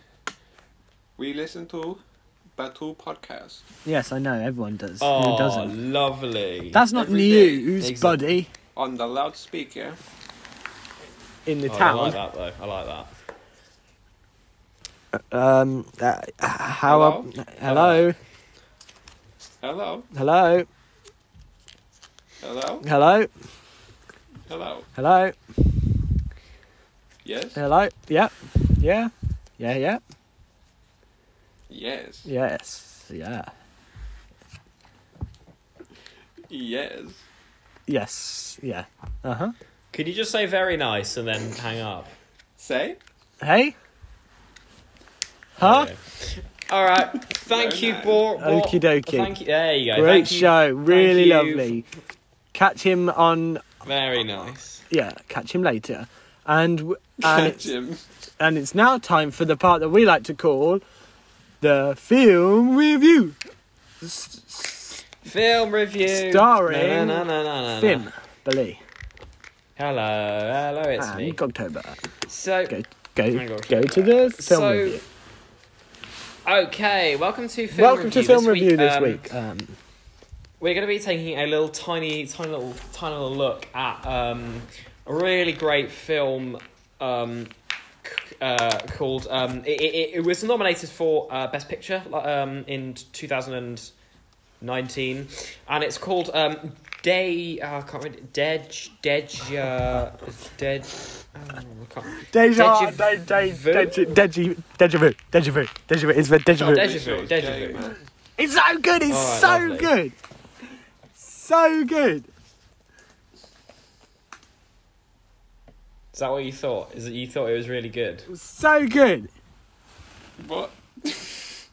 [SPEAKER 2] we listen to Batu podcast.
[SPEAKER 1] Yes, I know, everyone does.
[SPEAKER 3] oh,
[SPEAKER 1] Who doesn't?
[SPEAKER 3] lovely.
[SPEAKER 1] That's not
[SPEAKER 2] every
[SPEAKER 1] news,
[SPEAKER 3] day.
[SPEAKER 1] buddy.
[SPEAKER 2] on the loudspeaker.
[SPEAKER 1] In the
[SPEAKER 3] Oh, I
[SPEAKER 1] town.
[SPEAKER 3] like that though. I like that.
[SPEAKER 5] Um, uh, h- how
[SPEAKER 2] Hello?
[SPEAKER 5] ab- hello,
[SPEAKER 2] Hello,
[SPEAKER 5] hello,
[SPEAKER 2] hello,
[SPEAKER 5] hello,
[SPEAKER 2] hello.
[SPEAKER 5] hello,
[SPEAKER 2] Yes,
[SPEAKER 5] hello.
[SPEAKER 1] Yeah, yeah, yeah, yeah,
[SPEAKER 2] yes,
[SPEAKER 1] yes, yeah,
[SPEAKER 2] yes.
[SPEAKER 1] yes, yeah. Uh huh.
[SPEAKER 3] Could you just say very nice and then hang up?
[SPEAKER 2] Say
[SPEAKER 1] Hey? Huh?
[SPEAKER 3] Okay. All right. Thank
[SPEAKER 2] Very
[SPEAKER 3] you,
[SPEAKER 2] nice.
[SPEAKER 3] Bor. Bor-
[SPEAKER 1] Okie dokie.
[SPEAKER 3] Thank you. There you go.
[SPEAKER 1] Great
[SPEAKER 3] Thank you-
[SPEAKER 1] show.
[SPEAKER 3] thank
[SPEAKER 1] really
[SPEAKER 3] you
[SPEAKER 1] lovely. Catch him on.
[SPEAKER 3] f- Very nice.
[SPEAKER 1] Yeah, catch him later. And w- and Uh, it's,
[SPEAKER 2] Jim.
[SPEAKER 1] and it's now time for the part that we like to call the film review,
[SPEAKER 3] Film review.
[SPEAKER 1] Starring
[SPEAKER 3] na, na, na, na, na, na.
[SPEAKER 1] Finn, Billy,
[SPEAKER 3] Hello, hello, it's
[SPEAKER 1] and
[SPEAKER 3] me.
[SPEAKER 1] Gogtober.
[SPEAKER 3] So,
[SPEAKER 1] Go go
[SPEAKER 3] And Gogtober.
[SPEAKER 1] go to the film
[SPEAKER 3] So,
[SPEAKER 1] review.
[SPEAKER 3] okay, welcome to film
[SPEAKER 1] Welcome
[SPEAKER 3] review
[SPEAKER 1] to film
[SPEAKER 3] this
[SPEAKER 1] review
[SPEAKER 3] week.
[SPEAKER 1] this
[SPEAKER 3] Um,
[SPEAKER 1] week. Um,
[SPEAKER 3] We're going to be taking a little tiny, tiny little, tiny little look at um, a really great film um, c- uh, called. Um, it, it, it was nominated for uh, Best Picture like, um, in 2019, and it's called um, Day. Uh, I can't read it. Dej. Dej. Uh, Dej. Oh, I can't.
[SPEAKER 1] Deja, de,
[SPEAKER 3] Deja
[SPEAKER 1] de,
[SPEAKER 3] vu?
[SPEAKER 1] deja, deja, deja vu, deja vu, deja vu. It's for deja vu.
[SPEAKER 3] Deja vu, deja vu.
[SPEAKER 1] It's so good. It's
[SPEAKER 3] Alright,
[SPEAKER 1] so
[SPEAKER 3] lovely.
[SPEAKER 1] good. So good.
[SPEAKER 3] Is that what you thought? Is it you thought it was really good?
[SPEAKER 1] So good.
[SPEAKER 2] What?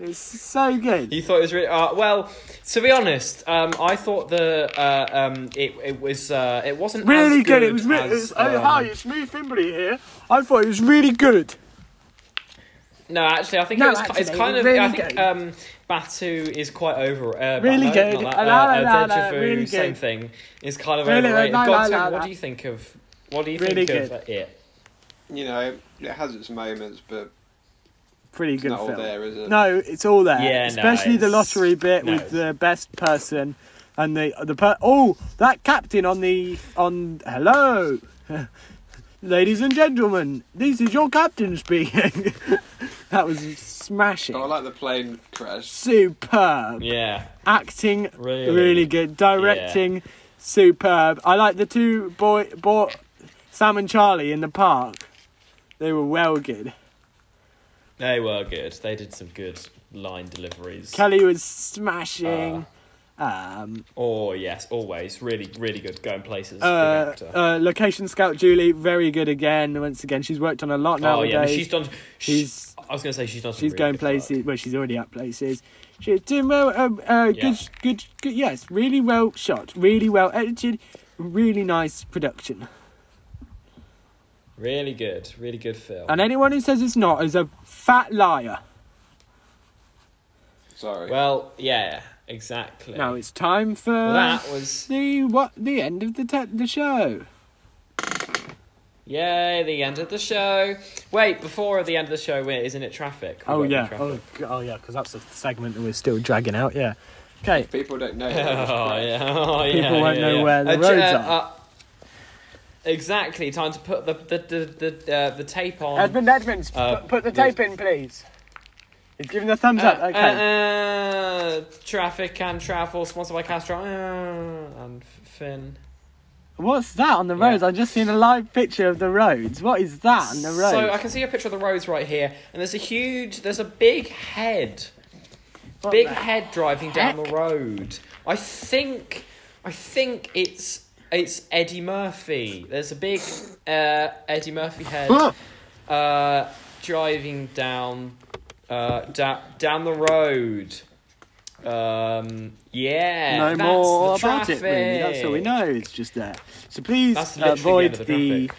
[SPEAKER 1] It's so good.
[SPEAKER 3] You thought it was really uh, well. To be honest, um, I thought the uh, um, it it was uh, it wasn't
[SPEAKER 1] Really
[SPEAKER 3] as
[SPEAKER 1] good. It was. Re- it
[SPEAKER 3] as,
[SPEAKER 1] was oh,
[SPEAKER 3] um,
[SPEAKER 1] hi, it's me, Fimberly here. I thought it was really good.
[SPEAKER 3] No, actually, I think
[SPEAKER 1] No,
[SPEAKER 3] it was. ki- it's
[SPEAKER 1] actually,
[SPEAKER 3] kind of.
[SPEAKER 1] really
[SPEAKER 3] I think
[SPEAKER 1] good.
[SPEAKER 3] um, Batu is quite over. Uh,
[SPEAKER 1] Really
[SPEAKER 3] Batu,
[SPEAKER 1] good.
[SPEAKER 3] Not that,
[SPEAKER 1] La,
[SPEAKER 3] uh,
[SPEAKER 1] la,
[SPEAKER 3] uh,
[SPEAKER 1] la, la,
[SPEAKER 3] Deja vu,
[SPEAKER 1] really
[SPEAKER 3] same
[SPEAKER 1] good.
[SPEAKER 3] thing. Is kind of
[SPEAKER 1] Really,
[SPEAKER 3] overrated.
[SPEAKER 1] la, la,
[SPEAKER 3] Got to-
[SPEAKER 1] la, la.
[SPEAKER 3] What do you think of? What do you
[SPEAKER 1] Really
[SPEAKER 3] think
[SPEAKER 1] good.
[SPEAKER 3] of uh, it?
[SPEAKER 2] You know, it has its moments, but
[SPEAKER 1] Pretty
[SPEAKER 2] it's
[SPEAKER 1] good
[SPEAKER 2] not all
[SPEAKER 1] film.
[SPEAKER 2] there, is it?
[SPEAKER 1] No, it's all there.
[SPEAKER 3] Yeah, no,
[SPEAKER 1] especially the
[SPEAKER 3] it's-
[SPEAKER 1] lottery bit
[SPEAKER 3] no.
[SPEAKER 1] with the best person and the the per- oh that captain on the on hello, ladies and gentlemen, this is your captain speaking. that was smashing,
[SPEAKER 2] Oh, I like the plane crash.
[SPEAKER 1] superb
[SPEAKER 3] Yeah,
[SPEAKER 1] acting,
[SPEAKER 3] Really?
[SPEAKER 1] really, good directing, superb. I like the two boy boy Sam and Charlie in the park. They were well good.
[SPEAKER 3] they were good. They did some good line deliveries.
[SPEAKER 1] Kelly was smashing. um,
[SPEAKER 3] oh yes, always really, really good going places.
[SPEAKER 1] uh,
[SPEAKER 3] good actor.
[SPEAKER 1] uh, location scout Julie, very good again. Once again, she's worked on a lot
[SPEAKER 3] Oh
[SPEAKER 1] nowadays.
[SPEAKER 3] yeah, she's done. She's.
[SPEAKER 1] she's-
[SPEAKER 3] I was gonna say she's done. Some
[SPEAKER 1] She's
[SPEAKER 3] really
[SPEAKER 1] going
[SPEAKER 3] good work.
[SPEAKER 1] places. Well, she's already at places. She's doing well. Um, uh,
[SPEAKER 3] Yeah.
[SPEAKER 1] good, good, good. Yes, really well shot. Really well edited. Really nice production.
[SPEAKER 3] Really good, really good film.
[SPEAKER 1] And anyone who says it's not is a fat liar.
[SPEAKER 2] Sorry.
[SPEAKER 3] well, yeah, exactly.
[SPEAKER 1] Now it's time for
[SPEAKER 3] Well, that was
[SPEAKER 1] the what the end of the te- the show.
[SPEAKER 3] yay the end of the show. Wait, before the end of the show, wait, isn't it traffic? We've
[SPEAKER 1] Oh
[SPEAKER 3] got to do
[SPEAKER 1] yeah. Oh,
[SPEAKER 3] traffic.
[SPEAKER 1] g- oh yeah. Because that's the segment that we're still dragging out. Yeah. Okay.
[SPEAKER 2] People don't know.
[SPEAKER 3] Oh yeah, oh yeah.
[SPEAKER 1] People won't
[SPEAKER 3] yeah,
[SPEAKER 1] know
[SPEAKER 3] yeah.
[SPEAKER 1] where the
[SPEAKER 3] Uh, j-
[SPEAKER 1] roads
[SPEAKER 3] uh,
[SPEAKER 1] are.
[SPEAKER 3] uh, exactly. Time to put the the the the, uh, the tape on.
[SPEAKER 1] Edmund Edmonds,
[SPEAKER 3] Uh,
[SPEAKER 1] put, put the
[SPEAKER 3] there's-
[SPEAKER 1] tape in, please. He's giving the thumbs
[SPEAKER 3] Uh,
[SPEAKER 1] up. Okay.
[SPEAKER 3] uh, uh, traffic and travel sponsored by Castro uh, and Finn.
[SPEAKER 1] What's that on the roads?
[SPEAKER 3] yeah.
[SPEAKER 1] I've just seen a live picture of the roads. What is that on the roads?
[SPEAKER 3] So I can see a picture of the roads right here, and there's a huge, there's a big head,
[SPEAKER 1] What
[SPEAKER 3] big
[SPEAKER 1] the
[SPEAKER 3] head driving down the road. I think, I think it's it's Eddie Murphy. There's a big uh, Eddie Murphy head uh, driving down uh, da- down the road. Um, yeah.
[SPEAKER 1] know
[SPEAKER 3] that's
[SPEAKER 1] more
[SPEAKER 3] the
[SPEAKER 1] about it. Really, that's all we
[SPEAKER 3] traffic.
[SPEAKER 1] know. It's just there. So please
[SPEAKER 3] That's literally the
[SPEAKER 1] avoid
[SPEAKER 3] end of the
[SPEAKER 1] the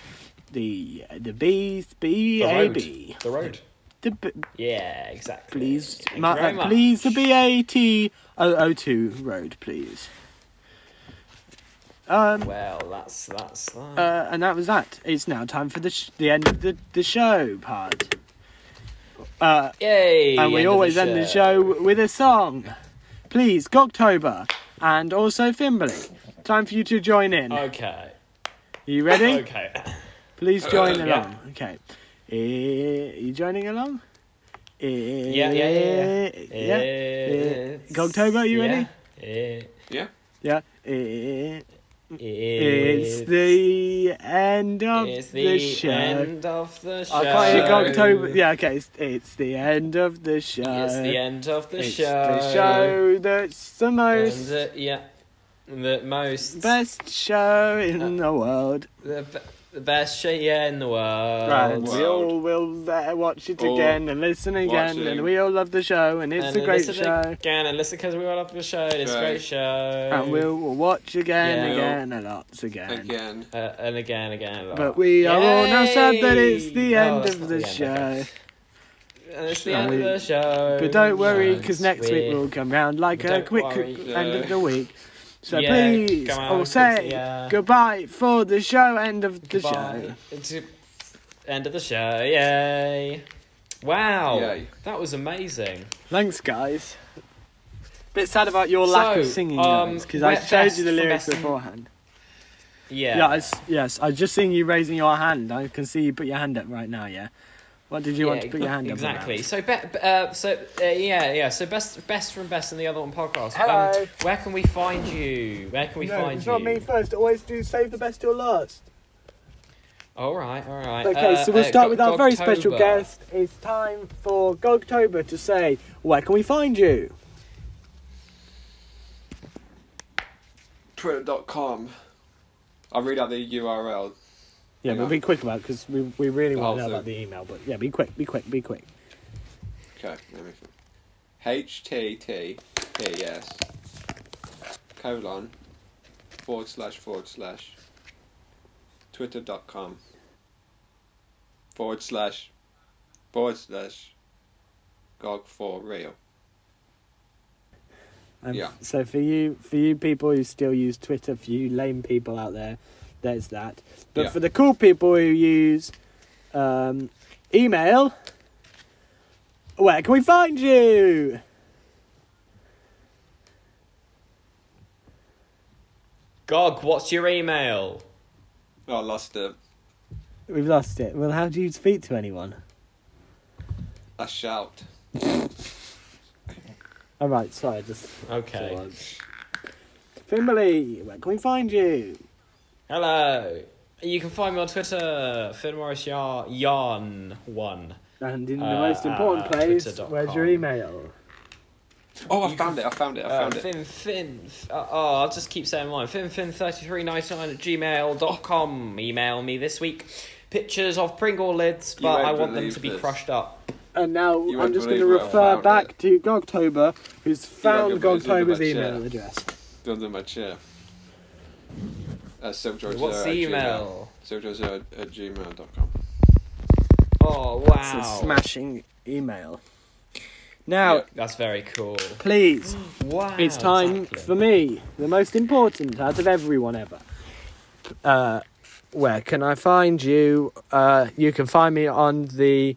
[SPEAKER 1] the uh, the bees, B
[SPEAKER 3] The
[SPEAKER 1] A
[SPEAKER 3] road.
[SPEAKER 1] B.
[SPEAKER 3] The road.
[SPEAKER 1] The b-
[SPEAKER 3] Yeah, exactly.
[SPEAKER 1] please,
[SPEAKER 3] Thank you
[SPEAKER 1] ma-
[SPEAKER 3] very
[SPEAKER 1] uh,
[SPEAKER 3] much.
[SPEAKER 1] please the B A T O O two road, please. Um,
[SPEAKER 3] Well, that's that's that.
[SPEAKER 1] uh, and that was that. It's now time for the sh- the end of the the show part. Uh,
[SPEAKER 3] Yay!
[SPEAKER 1] and we
[SPEAKER 3] end of
[SPEAKER 1] always end the show with a song. Please, Goktober, and also Fimberly. Time for you to join in.
[SPEAKER 3] Okay.
[SPEAKER 1] you ready?
[SPEAKER 3] Oh. Okay. Uh,
[SPEAKER 1] Please join
[SPEAKER 3] yeah.
[SPEAKER 1] along. Okay. Eh, you joining along? Eh,
[SPEAKER 3] Yeah, yeah, yeah,
[SPEAKER 1] yeah. Eh, Gogtober, are you ready?
[SPEAKER 3] ready?
[SPEAKER 2] Yeah.
[SPEAKER 1] Yeah. Eh,
[SPEAKER 3] It's,
[SPEAKER 1] It's the end of
[SPEAKER 3] it's
[SPEAKER 1] the, show.
[SPEAKER 3] end of the show.
[SPEAKER 1] I can't hear
[SPEAKER 2] show.
[SPEAKER 1] Gogtober. Yeah, okay. It's, it's the end of the show.
[SPEAKER 3] It's the end of the
[SPEAKER 1] It's
[SPEAKER 3] show.
[SPEAKER 1] the show that's the
[SPEAKER 3] And,
[SPEAKER 1] most
[SPEAKER 3] uh, yeah. The most.
[SPEAKER 1] best show
[SPEAKER 3] Uh,
[SPEAKER 1] in the world.
[SPEAKER 3] The, be- the best show yeah, in the uh, world.
[SPEAKER 1] Right, we
[SPEAKER 2] World.
[SPEAKER 1] all will uh, watch it
[SPEAKER 2] All
[SPEAKER 1] again and listen again,
[SPEAKER 2] watching.
[SPEAKER 1] and we all love the show, and it's
[SPEAKER 3] And
[SPEAKER 1] a great
[SPEAKER 3] listen
[SPEAKER 1] show.
[SPEAKER 3] Again, and listen because we all love the show. It's a
[SPEAKER 2] Show.
[SPEAKER 3] great show.
[SPEAKER 1] And we'll, we'll watch again,
[SPEAKER 3] Yeah.
[SPEAKER 1] again, and lots again.
[SPEAKER 2] Again.
[SPEAKER 3] Uh, and again, again. blah,
[SPEAKER 1] But
[SPEAKER 3] blah.
[SPEAKER 1] we are all now sad that
[SPEAKER 3] Yay!
[SPEAKER 1] it's the
[SPEAKER 3] Oh,
[SPEAKER 1] end
[SPEAKER 3] that's
[SPEAKER 1] of
[SPEAKER 3] not
[SPEAKER 1] the,
[SPEAKER 3] end,
[SPEAKER 1] show.
[SPEAKER 3] okay. And it's the
[SPEAKER 1] Shall
[SPEAKER 3] end of
[SPEAKER 1] we-
[SPEAKER 3] the show.
[SPEAKER 1] But don't worry,
[SPEAKER 3] Yes,
[SPEAKER 1] because next week we'll come round like a
[SPEAKER 3] Don't
[SPEAKER 1] quick
[SPEAKER 3] worry.
[SPEAKER 1] end of the week. So
[SPEAKER 3] Yeah,
[SPEAKER 1] please,
[SPEAKER 3] come
[SPEAKER 1] all
[SPEAKER 3] on,
[SPEAKER 1] say
[SPEAKER 3] yeah.
[SPEAKER 1] goodbye for the show, end of the
[SPEAKER 3] Goodbye.
[SPEAKER 1] show.
[SPEAKER 3] It's the End of the show. Yay. Wow.
[SPEAKER 2] Yay.
[SPEAKER 3] That was amazing.
[SPEAKER 1] Thanks, guys. Bit sad about your lack of
[SPEAKER 3] So,
[SPEAKER 1] singing,
[SPEAKER 3] um,
[SPEAKER 1] because I
[SPEAKER 3] wet
[SPEAKER 1] showed
[SPEAKER 3] best
[SPEAKER 1] you the
[SPEAKER 3] for
[SPEAKER 1] lyrics
[SPEAKER 3] best-
[SPEAKER 1] beforehand.
[SPEAKER 3] Yeah.
[SPEAKER 1] Yeah, I s yes, I've just seen you raising your hand. I can see you put your hand up right now, yeah? What did you want to
[SPEAKER 3] Yeah,
[SPEAKER 1] put your hand up about?
[SPEAKER 3] exactly. So, be, uh, so uh, yeah, yeah. So best, best from best and the other one podcast.
[SPEAKER 7] Hello.
[SPEAKER 3] Um, where can we find you? Where can we
[SPEAKER 7] no,
[SPEAKER 3] find
[SPEAKER 7] it's
[SPEAKER 3] you?
[SPEAKER 7] not me first. Always do save the best till last.
[SPEAKER 3] All right, all right.
[SPEAKER 7] Okay,
[SPEAKER 3] Uh,
[SPEAKER 7] so we'll
[SPEAKER 3] uh,
[SPEAKER 7] start with our very
[SPEAKER 3] Gogtober.
[SPEAKER 7] special guest. It's time for Gogtober to say, "Where can we find you?"
[SPEAKER 2] Twitter.com. I'll read out the URL.
[SPEAKER 7] Yeah,
[SPEAKER 2] Yeah.
[SPEAKER 7] but be quick about it because we, we really want to
[SPEAKER 2] Oh,
[SPEAKER 7] know
[SPEAKER 2] so-
[SPEAKER 7] about the email. But yeah, be quick, be quick, be quick.
[SPEAKER 2] Okay, let me HTTPS colon forward slash forward slash twitter.com forward slash forward slash gog for real.
[SPEAKER 7] And
[SPEAKER 2] Yeah.
[SPEAKER 7] So for you, for you people who still use Twitter, for you lame people out there, there's that. But
[SPEAKER 2] Yeah.
[SPEAKER 7] for the cool people who use um, email, where can we find you?
[SPEAKER 3] Gog, what's your email?
[SPEAKER 2] Oh, I lost the
[SPEAKER 7] We've lost it. Well, how do you speak to anyone?
[SPEAKER 2] I shout.
[SPEAKER 7] All right, sorry, I just
[SPEAKER 3] Okay.
[SPEAKER 1] uh,
[SPEAKER 7] Fimberly, where can we find you?
[SPEAKER 3] Hello. You can find me on Twitter, Finn Morris Yar- Yarn One.
[SPEAKER 7] And in the
[SPEAKER 3] Uh,
[SPEAKER 7] most important
[SPEAKER 3] uh,
[SPEAKER 7] place,
[SPEAKER 3] twitter.com.
[SPEAKER 7] where's your email?
[SPEAKER 2] Oh, I found it, I found it, I
[SPEAKER 3] Uh,
[SPEAKER 2] found it.
[SPEAKER 3] Finn Finn. Uh, oh, I'll just keep saying mine. Finn Finn thirty three ninety nine at gmail.com. Email me this week. Pictures of Pringle lids,
[SPEAKER 2] You
[SPEAKER 3] but
[SPEAKER 2] won't
[SPEAKER 3] I want them
[SPEAKER 2] believe
[SPEAKER 3] to be
[SPEAKER 2] this.
[SPEAKER 3] crushed up.
[SPEAKER 7] And now
[SPEAKER 2] You
[SPEAKER 7] I'm
[SPEAKER 2] won't
[SPEAKER 7] just going to
[SPEAKER 2] believe what I
[SPEAKER 7] refer
[SPEAKER 2] found
[SPEAKER 7] back to Gogtober, who's found
[SPEAKER 2] believe what's under
[SPEAKER 7] Gogtober's
[SPEAKER 2] my chair.
[SPEAKER 7] email address.
[SPEAKER 2] Under my chair. Uh, Silkjoy0
[SPEAKER 3] What's
[SPEAKER 2] at
[SPEAKER 3] the
[SPEAKER 2] gmail.
[SPEAKER 3] email?
[SPEAKER 2] Silkjoy0 at gmail.com.
[SPEAKER 3] Oh wow,
[SPEAKER 1] It's a smashing email. Now,
[SPEAKER 2] Yeah.
[SPEAKER 3] that's very cool.
[SPEAKER 1] please,
[SPEAKER 3] Wow,
[SPEAKER 1] it's time
[SPEAKER 3] Mm. exactly.
[SPEAKER 1] for me, the most important out of everyone ever. Uh, where can I find you? Uh, you can find me on the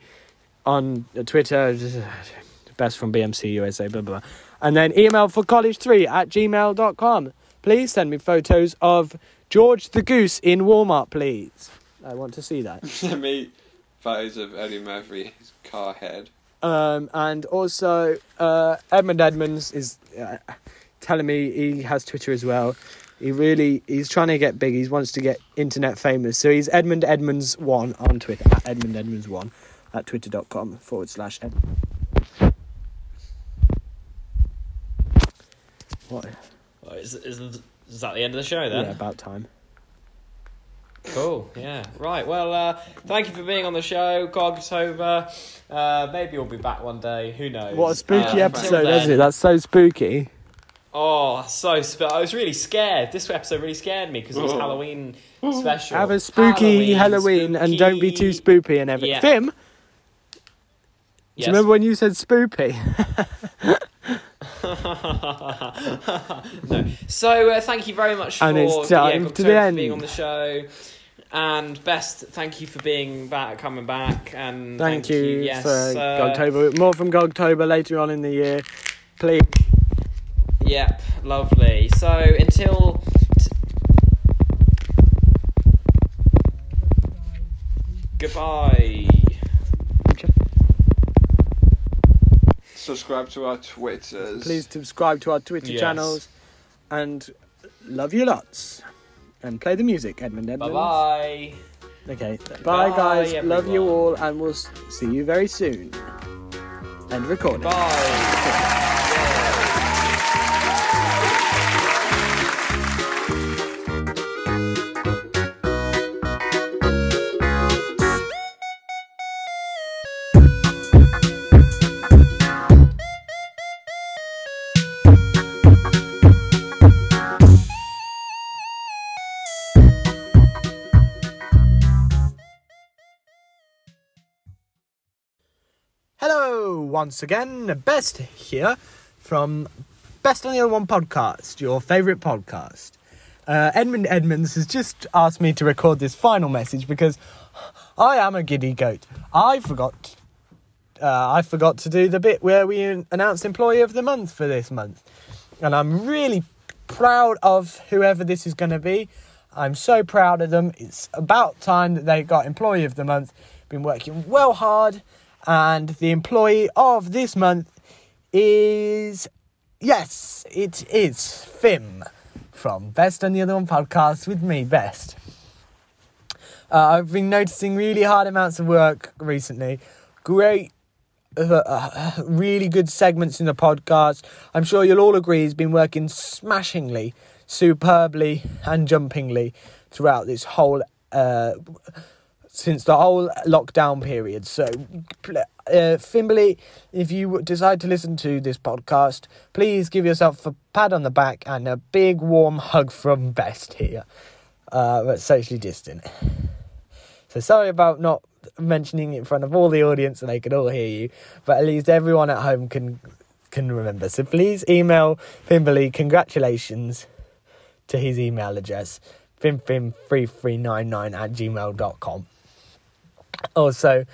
[SPEAKER 1] on the Twitter, best from BMC USA, blah blah, blah. and then email for college three at gmail.com. Please send me photos of George the Goose in Walmart, please. I want to see that.
[SPEAKER 2] Send me photos of Eddie Murphy's car head.
[SPEAKER 1] Um, and also, uh, Edmund Edmonds is uh, telling me he has Twitter as well. He really he's trying to get big. He wants to get internet famous. So he's Edmund Edmonds one on Twitter at Edmund Edmonds one at twitter.com forward slash. Ed- what?
[SPEAKER 3] Oh, is, is, is that the end of the show
[SPEAKER 1] Yeah,
[SPEAKER 3] then?
[SPEAKER 1] about time.
[SPEAKER 3] Cool. Yeah. Right. Well, uh, thank you for being on the show, Cogtober. Uh, maybe you'll be back one day. Who knows?
[SPEAKER 8] What a spooky
[SPEAKER 3] Uh,
[SPEAKER 8] episode,
[SPEAKER 3] till then-
[SPEAKER 8] isn't it? That's so spooky.
[SPEAKER 3] Oh, so sp- I was really scared. This episode really scared me because it was
[SPEAKER 2] Whoa.
[SPEAKER 3] Halloween special.
[SPEAKER 8] Have a spooky Halloween, and don't be too
[SPEAKER 3] spooky.
[SPEAKER 8] spoopy and everything.
[SPEAKER 3] Yeah.
[SPEAKER 8] Fim,
[SPEAKER 3] Yes.
[SPEAKER 8] do you remember when you said spoopy?
[SPEAKER 3] no. So uh, thank you very much for
[SPEAKER 8] And it's time
[SPEAKER 3] yeah,
[SPEAKER 8] to
[SPEAKER 3] Goktober
[SPEAKER 8] the
[SPEAKER 3] for being on
[SPEAKER 8] end.
[SPEAKER 3] the show. And best, thank you for being back, coming back, and
[SPEAKER 8] Thank, you,
[SPEAKER 3] yes,
[SPEAKER 8] for
[SPEAKER 3] uh,
[SPEAKER 8] Gogtober. More from Gogtober later on in the year. Please.
[SPEAKER 3] Yep, lovely. So until. T- Goodbye.
[SPEAKER 2] Subscribe to our Twitters.
[SPEAKER 8] Please subscribe to our Twitter
[SPEAKER 3] Yes.
[SPEAKER 8] channels. And love you lots. And play the music, Edmund
[SPEAKER 3] Bye
[SPEAKER 8] Edmonds.
[SPEAKER 3] bye.
[SPEAKER 8] Okay. Bye,
[SPEAKER 3] Bye,
[SPEAKER 8] guys. Love you
[SPEAKER 3] everyone.
[SPEAKER 8] all, and we'll s- see you very soon. End recording.
[SPEAKER 3] Bye.
[SPEAKER 1] Hello, once again, Best here from Best on the Other One podcast, your favourite podcast. Uh, Edmund Edmonds has just asked me to record this final message because I am a giddy goat. I forgot. Uh, I forgot to do the bit where we an- announce employee of the month for this month, and I'm really proud of whoever this is going to be. I'm so proud of them. It's about time that they got employee of the month. Been working well hard, and the employee of this month is yes, it is Fim from Best and the Other One podcast with me, Best. Uh, I've been noticing really hard amounts of work recently. Great, uh, uh, really good segments in the podcast. I'm sure you'll all agree he's been working smashingly, superbly, and jumpingly throughout this whole uh, since the whole lockdown period. So, pl- uh, Fimberley, if you decide to listen to this podcast, please give yourself a pat on the back and a big warm hug from Best here. Uh, but socially distant. So sorry about not mentioning it in front of all the audience and they could all hear you, but at least everyone at home can can remember. So please email Fimberley congratulations to his email address, finfin3399 at gmail.com. Also,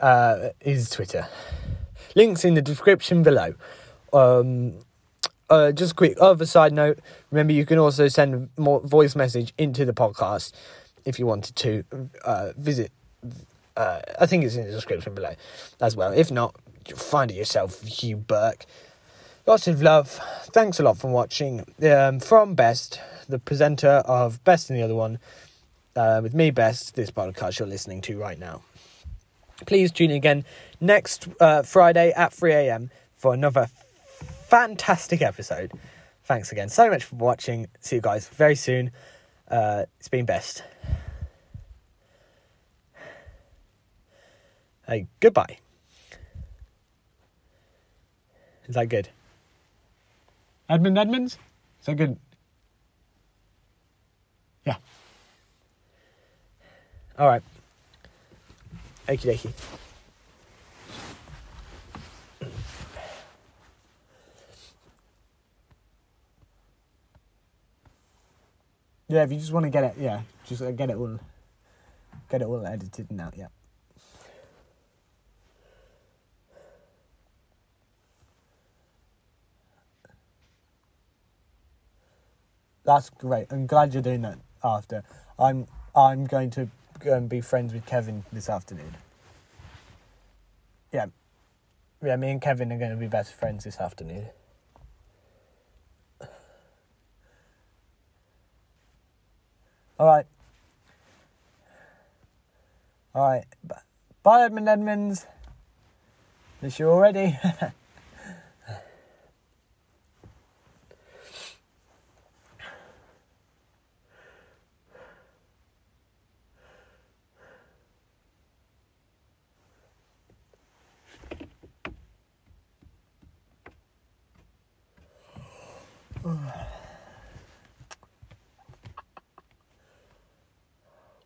[SPEAKER 1] uh, his Twitter. Links in the description below. Um, uh, just a quick other side note. Remember, you can also send more voice message into the podcast if you wanted to uh, visit. Uh, I think it's in the description below as well. If not, find it yourself, Hugh Burke. Lots of love. Thanks a lot for watching. Um, from Best, the presenter of Best and the Other One, uh, with me, Best, this podcast you're listening to right now. Please tune in again next uh, Friday at 3 a.m. for another fantastic episode. Thanks again so much for watching. See you guys very soon. Uh, it's been best. Hey, goodbye. Is that good? Edmund Edmonds? Is that good? Yeah. All right. Okie dokie. Yeah, if you just want to get it, yeah, just uh, get it all, get it all edited and out. Yeah. That's great. I'm glad you're doing that after. I'm I'm going to go and be friends with Kevin this afternoon. Yeah. Yeah, me and Kevin are going to be best friends this afternoon. All right. All right. B- Bye, Edmund Edmonds. Miss you already.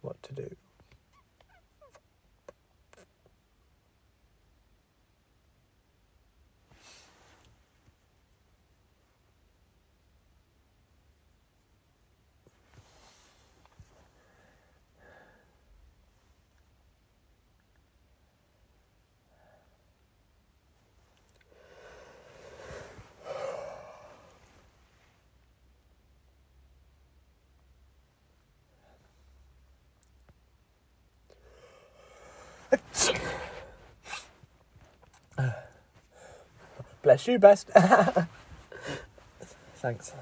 [SPEAKER 1] what to do. Bless you, best. Thanks.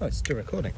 [SPEAKER 1] Oh, it's still recording.